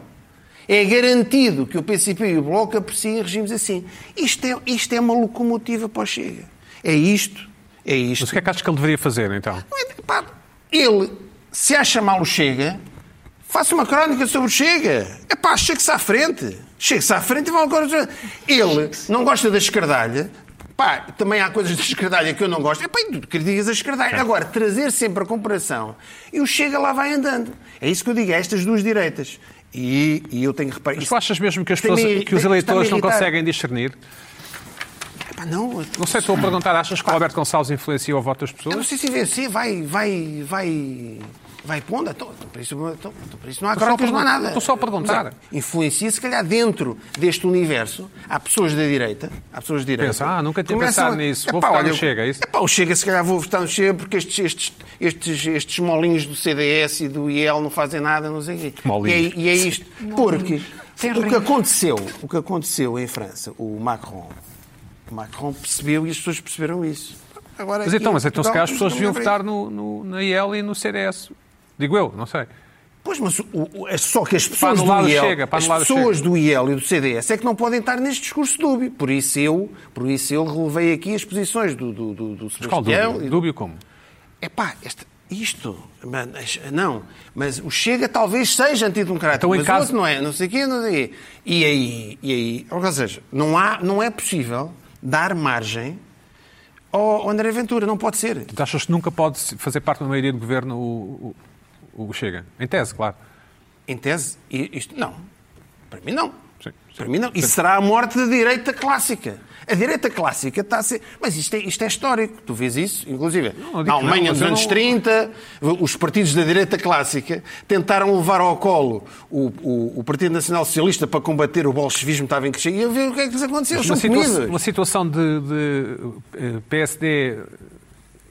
[SPEAKER 2] É garantido que o PCP e o Bloco apreciem regimes assim. Isto é, isto é uma locomotiva para o Chega. É isto, é isto.
[SPEAKER 1] Mas o que é que achas que ele deveria fazer, então?
[SPEAKER 2] Não é- pá, Ele, se acha mal o Chega, faça uma crónica sobre o Chega. É pá, chegue-se à frente. Chegue-se à frente e vá agora. Ele não gosta da escardalha. Pá, também há coisas da escardalha que eu não gosto. É pá, e tu criticas a escardalha. Agora, trazer sempre a comparação e o Chega lá vai andando. É isso que eu digo, é estas duas direitas. E, e eu tenho que reparar.
[SPEAKER 1] Mas tu achas mesmo que, as
[SPEAKER 2] Tem-me-
[SPEAKER 1] pessoas- que os
[SPEAKER 2] tem-
[SPEAKER 1] eleitores não
[SPEAKER 2] está-me a irritar.
[SPEAKER 1] conseguem discernir?
[SPEAKER 2] Pá, não,
[SPEAKER 1] Não sei, estou a perguntar, achas que o Alberto Gonçalves influencia o voto das
[SPEAKER 2] Eu não
[SPEAKER 1] pessoas?
[SPEAKER 2] sei se vencer, vai, vai, vai vai pondo, então, então, para, isso, então, então, para isso não há
[SPEAKER 1] Estou só a
[SPEAKER 2] crónicas, não há
[SPEAKER 1] perguntar.
[SPEAKER 2] nada.
[SPEAKER 1] Estou só a perguntar.
[SPEAKER 2] Mas, é, Influencia, se calhar, dentro deste universo, há pessoas da direita, há pessoas da direita.
[SPEAKER 1] Pensa, ah, nunca tinha
[SPEAKER 2] Começam
[SPEAKER 1] pensado nisso, vou
[SPEAKER 2] Epá,
[SPEAKER 1] votar no
[SPEAKER 2] olha,
[SPEAKER 1] Chega, é isso?
[SPEAKER 2] epá, o Chega, se calhar, vou votar no Chega porque estes, estes, estes, estes molinhos do CDS e do IEL não fazem nada, não sei o quê.
[SPEAKER 1] Molinhos.
[SPEAKER 2] E é, e é isto. Porque
[SPEAKER 3] Tem
[SPEAKER 2] o que,
[SPEAKER 3] rinhos.
[SPEAKER 2] aconteceu, o que aconteceu em França, o Macron, o Macron percebeu e as pessoas perceberam isso. Agora,
[SPEAKER 1] Mas
[SPEAKER 2] aqui
[SPEAKER 1] então,
[SPEAKER 2] em
[SPEAKER 1] mas então se
[SPEAKER 2] Portugal,
[SPEAKER 1] calhar as pessoas
[SPEAKER 2] não
[SPEAKER 1] deviam
[SPEAKER 2] lembro.
[SPEAKER 1] votar no, no- na IEL e no CDS. Digo eu, não sei.
[SPEAKER 2] Pois, mas o- o- é só que as pessoas,
[SPEAKER 1] anular o
[SPEAKER 2] do IEL,
[SPEAKER 1] Chega, para
[SPEAKER 2] as
[SPEAKER 1] anular o
[SPEAKER 2] pessoas do IEL e do CDS é que não podem estar neste discurso dúbio. Por isso eu, por isso eu relevei aqui as posições do, do, do, do
[SPEAKER 1] Mas qual
[SPEAKER 2] Sebastião.
[SPEAKER 1] dúbio?
[SPEAKER 2] e do-
[SPEAKER 1] Dúbio como?
[SPEAKER 2] Epá, este- isto, mas, não, mas o Chega talvez seja antidemocrático,
[SPEAKER 1] Então, em
[SPEAKER 2] mas
[SPEAKER 1] caso-
[SPEAKER 2] o outro não é, não sei o quê, não sei o quê. E aí, e aí, ou seja, não, há, não é possível dar margem ao André Ventura, não pode ser.
[SPEAKER 1] Tu achas que nunca pode se- fazer parte da maioria do governo o, o- o Chega? Em tese, claro.
[SPEAKER 2] Em tese, i- isto não. Para mim, não.
[SPEAKER 1] Sim, sim.
[SPEAKER 2] Para mim, não. Isso será a morte da direita clássica. A direita clássica está a ser. Mas isto é, isto é histórico. Tu vês isso, inclusive.
[SPEAKER 1] não digo que
[SPEAKER 2] na Alemanha,
[SPEAKER 1] não, mas
[SPEAKER 2] nos
[SPEAKER 1] eu
[SPEAKER 2] anos
[SPEAKER 1] não-
[SPEAKER 2] 30, os partidos da direita clássica tentaram levar ao colo o, o- o Partido Nacional Socialista para combater o bolchevismo que estava em crescer. E a ver o que é que lhes aconteceu.
[SPEAKER 1] Uma,
[SPEAKER 2] São
[SPEAKER 1] situa-
[SPEAKER 2] comidas.
[SPEAKER 1] uma situação de, de, eh, PSD,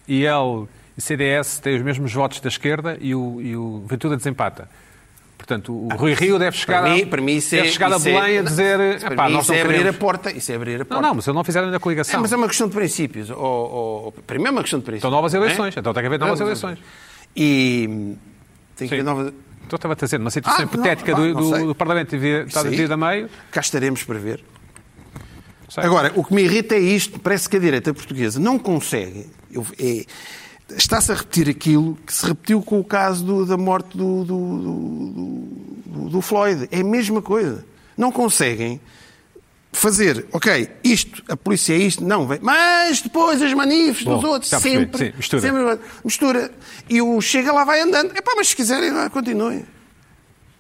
[SPEAKER 1] IL e CDS têm os mesmos votos da esquerda e o, e o Ventura desempata. Portanto, o Rui Rio deve chegar,
[SPEAKER 2] Ah, para
[SPEAKER 1] a,
[SPEAKER 2] mim, para mim isso é,
[SPEAKER 1] deve chegar a
[SPEAKER 2] isso é-
[SPEAKER 1] Belém a dizer
[SPEAKER 2] Para
[SPEAKER 1] "Epá,
[SPEAKER 2] mim
[SPEAKER 1] nós
[SPEAKER 2] isso
[SPEAKER 1] não
[SPEAKER 2] é abrir a
[SPEAKER 1] queremos."
[SPEAKER 2] porta. Isso é abrir a porta.
[SPEAKER 1] Não, não, mas eles não fizeram ainda
[SPEAKER 2] É,
[SPEAKER 1] coligação.
[SPEAKER 2] mas é uma questão de princípios. Ou, ou- para mim é uma questão de princípios.
[SPEAKER 1] Então novas
[SPEAKER 2] não é?
[SPEAKER 1] eleições. Então tem que haver novas
[SPEAKER 2] Não,
[SPEAKER 1] eleições. hum,
[SPEAKER 2] E tem que
[SPEAKER 1] Sim.
[SPEAKER 2] haver novas.
[SPEAKER 1] Então estava a dizer, uma situação
[SPEAKER 2] Ah, não,
[SPEAKER 1] hipotética
[SPEAKER 2] pá,
[SPEAKER 1] do,
[SPEAKER 2] não
[SPEAKER 1] do-
[SPEAKER 2] sei.
[SPEAKER 1] do Parlamento devia- está
[SPEAKER 2] Isso aí.
[SPEAKER 1] dividida a meio.
[SPEAKER 2] Cá estaremos para ver.
[SPEAKER 1] Sei.
[SPEAKER 2] Agora, o que me irrita é isto. Parece que a direita portuguesa não consegue. Eu- é- Está-se a repetir aquilo que se repetiu com o caso do- da morte do, do- do- do- do Floyd. É a mesma coisa. Não conseguem fazer, ok, isto, a polícia é isto, não, vem. mas depois as manifes dos
[SPEAKER 1] Bom,
[SPEAKER 2] outros,
[SPEAKER 1] já percebi.
[SPEAKER 2] sempre,
[SPEAKER 1] Sim, mistura.
[SPEAKER 2] sempre mistura. E o chega lá, vai andando. Epá, mas se quiserem, lá, continuem.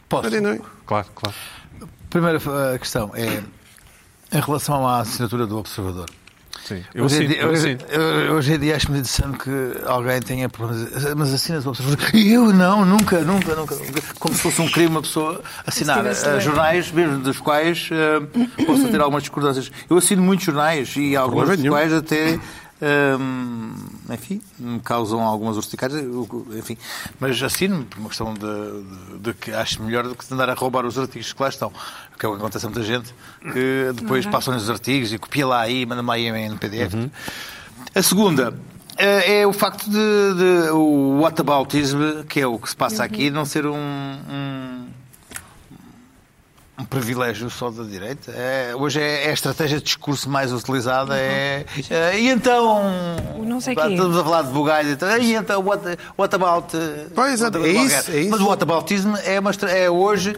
[SPEAKER 4] Posso?
[SPEAKER 2] continuem.
[SPEAKER 1] Claro, claro.
[SPEAKER 4] Primeira eh, questão é em relação à assinatura do Observador.
[SPEAKER 1] Sim. Eu
[SPEAKER 4] hoje, em
[SPEAKER 1] sinto,
[SPEAKER 4] dia-
[SPEAKER 1] eu
[SPEAKER 4] hoje-
[SPEAKER 1] sinto.
[SPEAKER 4] eu- hoje em dia acho muito interessante que alguém tenha problemas. Mas assinas o observador. E eu não, nunca, nunca, nunca. nunca. Como se fosse um crime uma pessoa assinar
[SPEAKER 3] Se tivesse
[SPEAKER 4] eh,
[SPEAKER 3] lei.
[SPEAKER 4] jornais, mesmo dos quais eh, possa ter algumas discordâncias. Eu assino muitos jornais e alguns dos
[SPEAKER 2] nenhum.
[SPEAKER 4] quais até. hum, enfim, me causam algumas urticárias, eu- enfim, mas assino por uma questão de, de- de que acho melhor do que andar a roubar os artigos que lá estão, que é o que acontece a muita gente, que depois
[SPEAKER 3] Verdade.
[SPEAKER 4] passam os artigos e copia lá aí, manda-me aí em PDF. A segunda eh, é o facto de, de o whataboutism, que é o que se passa
[SPEAKER 3] Uhum.
[SPEAKER 4] aqui, não ser um, um, um privilégio só da direita. É, hoje é, é a estratégia de discurso mais utilizada. É, eh, e então.
[SPEAKER 3] O Uhum. não sei quê.
[SPEAKER 4] Estamos a falar de bugalho. Então, e então, what, what about. eh,
[SPEAKER 2] Pois,
[SPEAKER 4] what
[SPEAKER 2] é
[SPEAKER 4] about
[SPEAKER 2] isso,
[SPEAKER 4] qualquer?
[SPEAKER 2] é isso.
[SPEAKER 4] Mas o whataboutism é, uma, estra- é hoje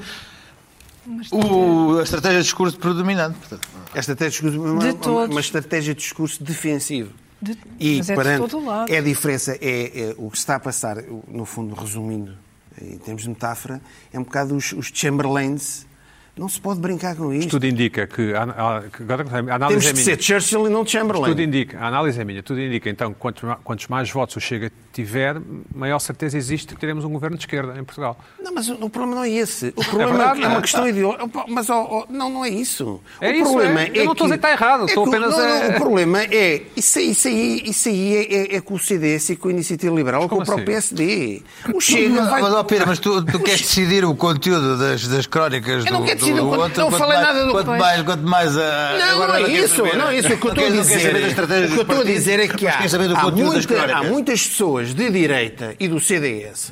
[SPEAKER 4] o- a estratégia de discurso predominante. Portanto,
[SPEAKER 2] É estratégia de discurso,
[SPEAKER 3] De
[SPEAKER 2] uma, uma-
[SPEAKER 3] todos.
[SPEAKER 2] uma estratégia de discurso defensivo.
[SPEAKER 3] De-
[SPEAKER 2] E
[SPEAKER 3] mas é de
[SPEAKER 2] perante-
[SPEAKER 3] todo lado.
[SPEAKER 2] é a diferença, é, é o que se está a passar, o- no fundo, resumindo, em termos de metáfora, é um bocado os, os Chamberlains. Não se pode brincar com isto.
[SPEAKER 1] Tudo indica que, a- a- que agora a
[SPEAKER 2] Temos
[SPEAKER 1] análise é
[SPEAKER 2] de ser
[SPEAKER 1] minha.
[SPEAKER 2] Churchill e não Chamberlain.
[SPEAKER 1] Tudo indica, a análise é minha, tudo indica então que quanto ma- quantos mais votos o Chega tiver, maior certeza existe que teremos um governo de esquerda em Portugal.
[SPEAKER 2] Não, mas o, o problema não é esse. O problema é,
[SPEAKER 1] verdade,
[SPEAKER 2] é
[SPEAKER 1] não
[SPEAKER 2] uma
[SPEAKER 1] é?
[SPEAKER 2] questão ideológica. Mas ó, ó, não, não é isso.
[SPEAKER 1] É
[SPEAKER 2] o
[SPEAKER 1] isso,
[SPEAKER 2] problema
[SPEAKER 1] é. Eu não estou a dizer que está errado, estou
[SPEAKER 2] que o-
[SPEAKER 1] apenas
[SPEAKER 2] não,
[SPEAKER 1] a-
[SPEAKER 2] não, o problema é. Isso aí, isso aí, isso aí é, é- é com o CDS e com a Iniciativa Liberal ou com
[SPEAKER 1] como
[SPEAKER 2] o próprio
[SPEAKER 1] assim?
[SPEAKER 2] PSD. O Chega
[SPEAKER 4] mas,
[SPEAKER 2] vai.
[SPEAKER 4] mas, ó, Pedro, mas tu, tu
[SPEAKER 2] O
[SPEAKER 4] queres decidir o conteúdo das, das crónicas
[SPEAKER 2] Eu
[SPEAKER 4] do,
[SPEAKER 2] não quero
[SPEAKER 4] do-
[SPEAKER 2] decidir o
[SPEAKER 4] do
[SPEAKER 2] conteúdo,
[SPEAKER 4] outro?
[SPEAKER 2] não
[SPEAKER 4] quanto
[SPEAKER 2] falei
[SPEAKER 4] mais,
[SPEAKER 2] nada do-
[SPEAKER 4] quanto
[SPEAKER 2] Pois.
[SPEAKER 4] mais, quanto mais eh, a.
[SPEAKER 2] Não, não é isso. Não é isso. O que eu estou a dizer. O que eu estou a dizer é que há, há muita- há muitas pessoas de direita e do CDS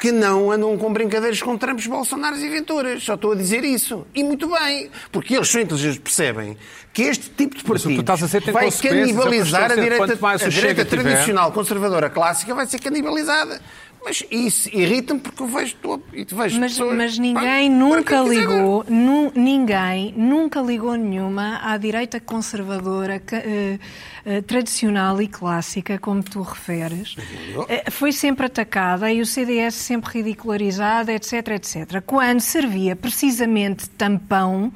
[SPEAKER 2] que não andam com brincadeiras com Trumps, Bolsonaros e Venturas. Só estou a dizer isso. E muito bem. Porque eles são inteligentes, percebem que este tipo de
[SPEAKER 1] Mas o que tu estás a dizer
[SPEAKER 2] partido
[SPEAKER 1] tem
[SPEAKER 2] vai
[SPEAKER 1] consequências. Eu
[SPEAKER 2] canibalizar
[SPEAKER 1] estou
[SPEAKER 2] a
[SPEAKER 1] a dizer,
[SPEAKER 2] direita,
[SPEAKER 1] quanto mais o
[SPEAKER 2] a direita
[SPEAKER 1] Chega tiver-
[SPEAKER 2] tradicional conservadora clássica vai ser canibalizada. Mas isso irrita-me porque eu vejo, estou a- e te vejo
[SPEAKER 3] Mas,
[SPEAKER 2] pessoas-
[SPEAKER 3] mas
[SPEAKER 2] Para
[SPEAKER 3] ninguém
[SPEAKER 2] quem
[SPEAKER 3] nunca
[SPEAKER 2] quiser.
[SPEAKER 3] ligou, nu- ninguém nunca ligou nenhuma à direita conservadora ca- eh, eh, tradicional e clássica, como tu referes.
[SPEAKER 1] Uhum.
[SPEAKER 3] Eh, foi sempre atacada e o CDS sempre ridicularizado, etc, etc. Quando servia precisamente de tampão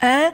[SPEAKER 3] a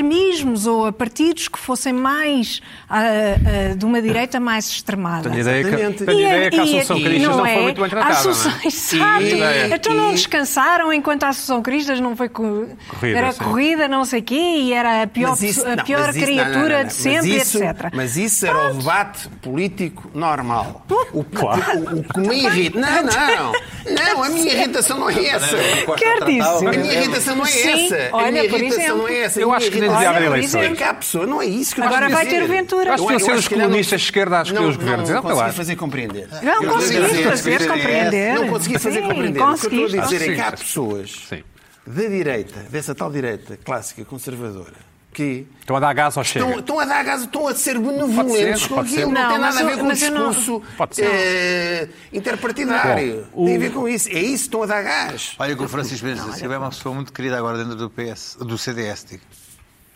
[SPEAKER 3] extremismos ou a partidos que fossem mais ah, ah, de uma direita mais extremada.
[SPEAKER 1] Tenho ideia é que,
[SPEAKER 2] Exatamente.
[SPEAKER 1] tenho
[SPEAKER 3] é-
[SPEAKER 1] ideia que a Assunção Cristas não, foi muito bem tratada.
[SPEAKER 3] A é. Assunção,
[SPEAKER 1] não é?
[SPEAKER 3] Exato.
[SPEAKER 2] E-
[SPEAKER 3] então não
[SPEAKER 2] e-
[SPEAKER 3] descansaram enquanto a Assunção Cristas não foi co-
[SPEAKER 1] Corrida,
[SPEAKER 3] era
[SPEAKER 1] sim.
[SPEAKER 3] corrida, não sei quê, e era a pior,
[SPEAKER 2] Mas isso-
[SPEAKER 3] pessoa- a
[SPEAKER 2] não,
[SPEAKER 3] pior
[SPEAKER 2] mas isso- não, não,
[SPEAKER 3] criatura
[SPEAKER 2] não, não.
[SPEAKER 3] de sempre,
[SPEAKER 2] mas isso,
[SPEAKER 3] etc.
[SPEAKER 2] Mas isso era o debate político normal. O, o- o que me irrita. Não, não. Não, a minha irritação não é essa.
[SPEAKER 3] Quer disso?
[SPEAKER 2] A minha irritação não é
[SPEAKER 3] Sim,
[SPEAKER 2] essa. a
[SPEAKER 3] olha,
[SPEAKER 2] minha
[SPEAKER 3] por
[SPEAKER 2] irritação
[SPEAKER 3] exemplo.
[SPEAKER 2] não é essa.
[SPEAKER 1] Eu
[SPEAKER 2] A
[SPEAKER 1] acho
[SPEAKER 2] minha
[SPEAKER 1] que nem devia
[SPEAKER 2] irritação-
[SPEAKER 1] haver
[SPEAKER 2] Olha,
[SPEAKER 1] eleições.
[SPEAKER 2] É que há pessoa, não é isso que eu
[SPEAKER 3] Agora
[SPEAKER 2] gosto de
[SPEAKER 3] vai ter
[SPEAKER 2] dizer.
[SPEAKER 3] Ventura.
[SPEAKER 1] Eu acho que
[SPEAKER 2] Eu-
[SPEAKER 1] deviam ser
[SPEAKER 2] eu
[SPEAKER 1] os
[SPEAKER 2] acho que não-
[SPEAKER 1] comunistas de esquerda a escolher
[SPEAKER 2] Não,
[SPEAKER 1] os governos.
[SPEAKER 2] Não,
[SPEAKER 1] Não,
[SPEAKER 2] consegui
[SPEAKER 1] lá.
[SPEAKER 2] fazer compreender.
[SPEAKER 3] Não,
[SPEAKER 2] Eu
[SPEAKER 3] consegui
[SPEAKER 2] dizer-
[SPEAKER 3] fazer
[SPEAKER 2] dizer-
[SPEAKER 3] compreender.
[SPEAKER 2] Não consegui fazer
[SPEAKER 3] Sim,
[SPEAKER 2] compreender. O que eu estou a
[SPEAKER 3] conseguiste.
[SPEAKER 2] dizer é que há
[SPEAKER 1] Sim.
[SPEAKER 2] pessoas
[SPEAKER 1] Sim.
[SPEAKER 2] da direita, dessa tal direita clássica conservadora, que
[SPEAKER 1] Estão a dar gás ao
[SPEAKER 2] estão,
[SPEAKER 1] Chega.
[SPEAKER 2] estão a dar gás, estão a ser
[SPEAKER 1] ser,
[SPEAKER 2] benevolentes
[SPEAKER 1] não
[SPEAKER 2] com
[SPEAKER 1] pode
[SPEAKER 2] aquilo.
[SPEAKER 1] ser.
[SPEAKER 2] Não, tem
[SPEAKER 3] Não,
[SPEAKER 2] nada a
[SPEAKER 3] mas
[SPEAKER 2] ver
[SPEAKER 3] eu-
[SPEAKER 2] com o
[SPEAKER 3] mas eu não-
[SPEAKER 2] discurso
[SPEAKER 1] Pode ser.
[SPEAKER 2] eh, interpartidário.
[SPEAKER 1] Bom,
[SPEAKER 2] Tem a
[SPEAKER 1] o-
[SPEAKER 2] ver com isso. É isso que estão a dar gás.
[SPEAKER 5] Olha que o Francisco Mendes da Silva é uma pessoa muito querida agora dentro do PS, do CDS. digo.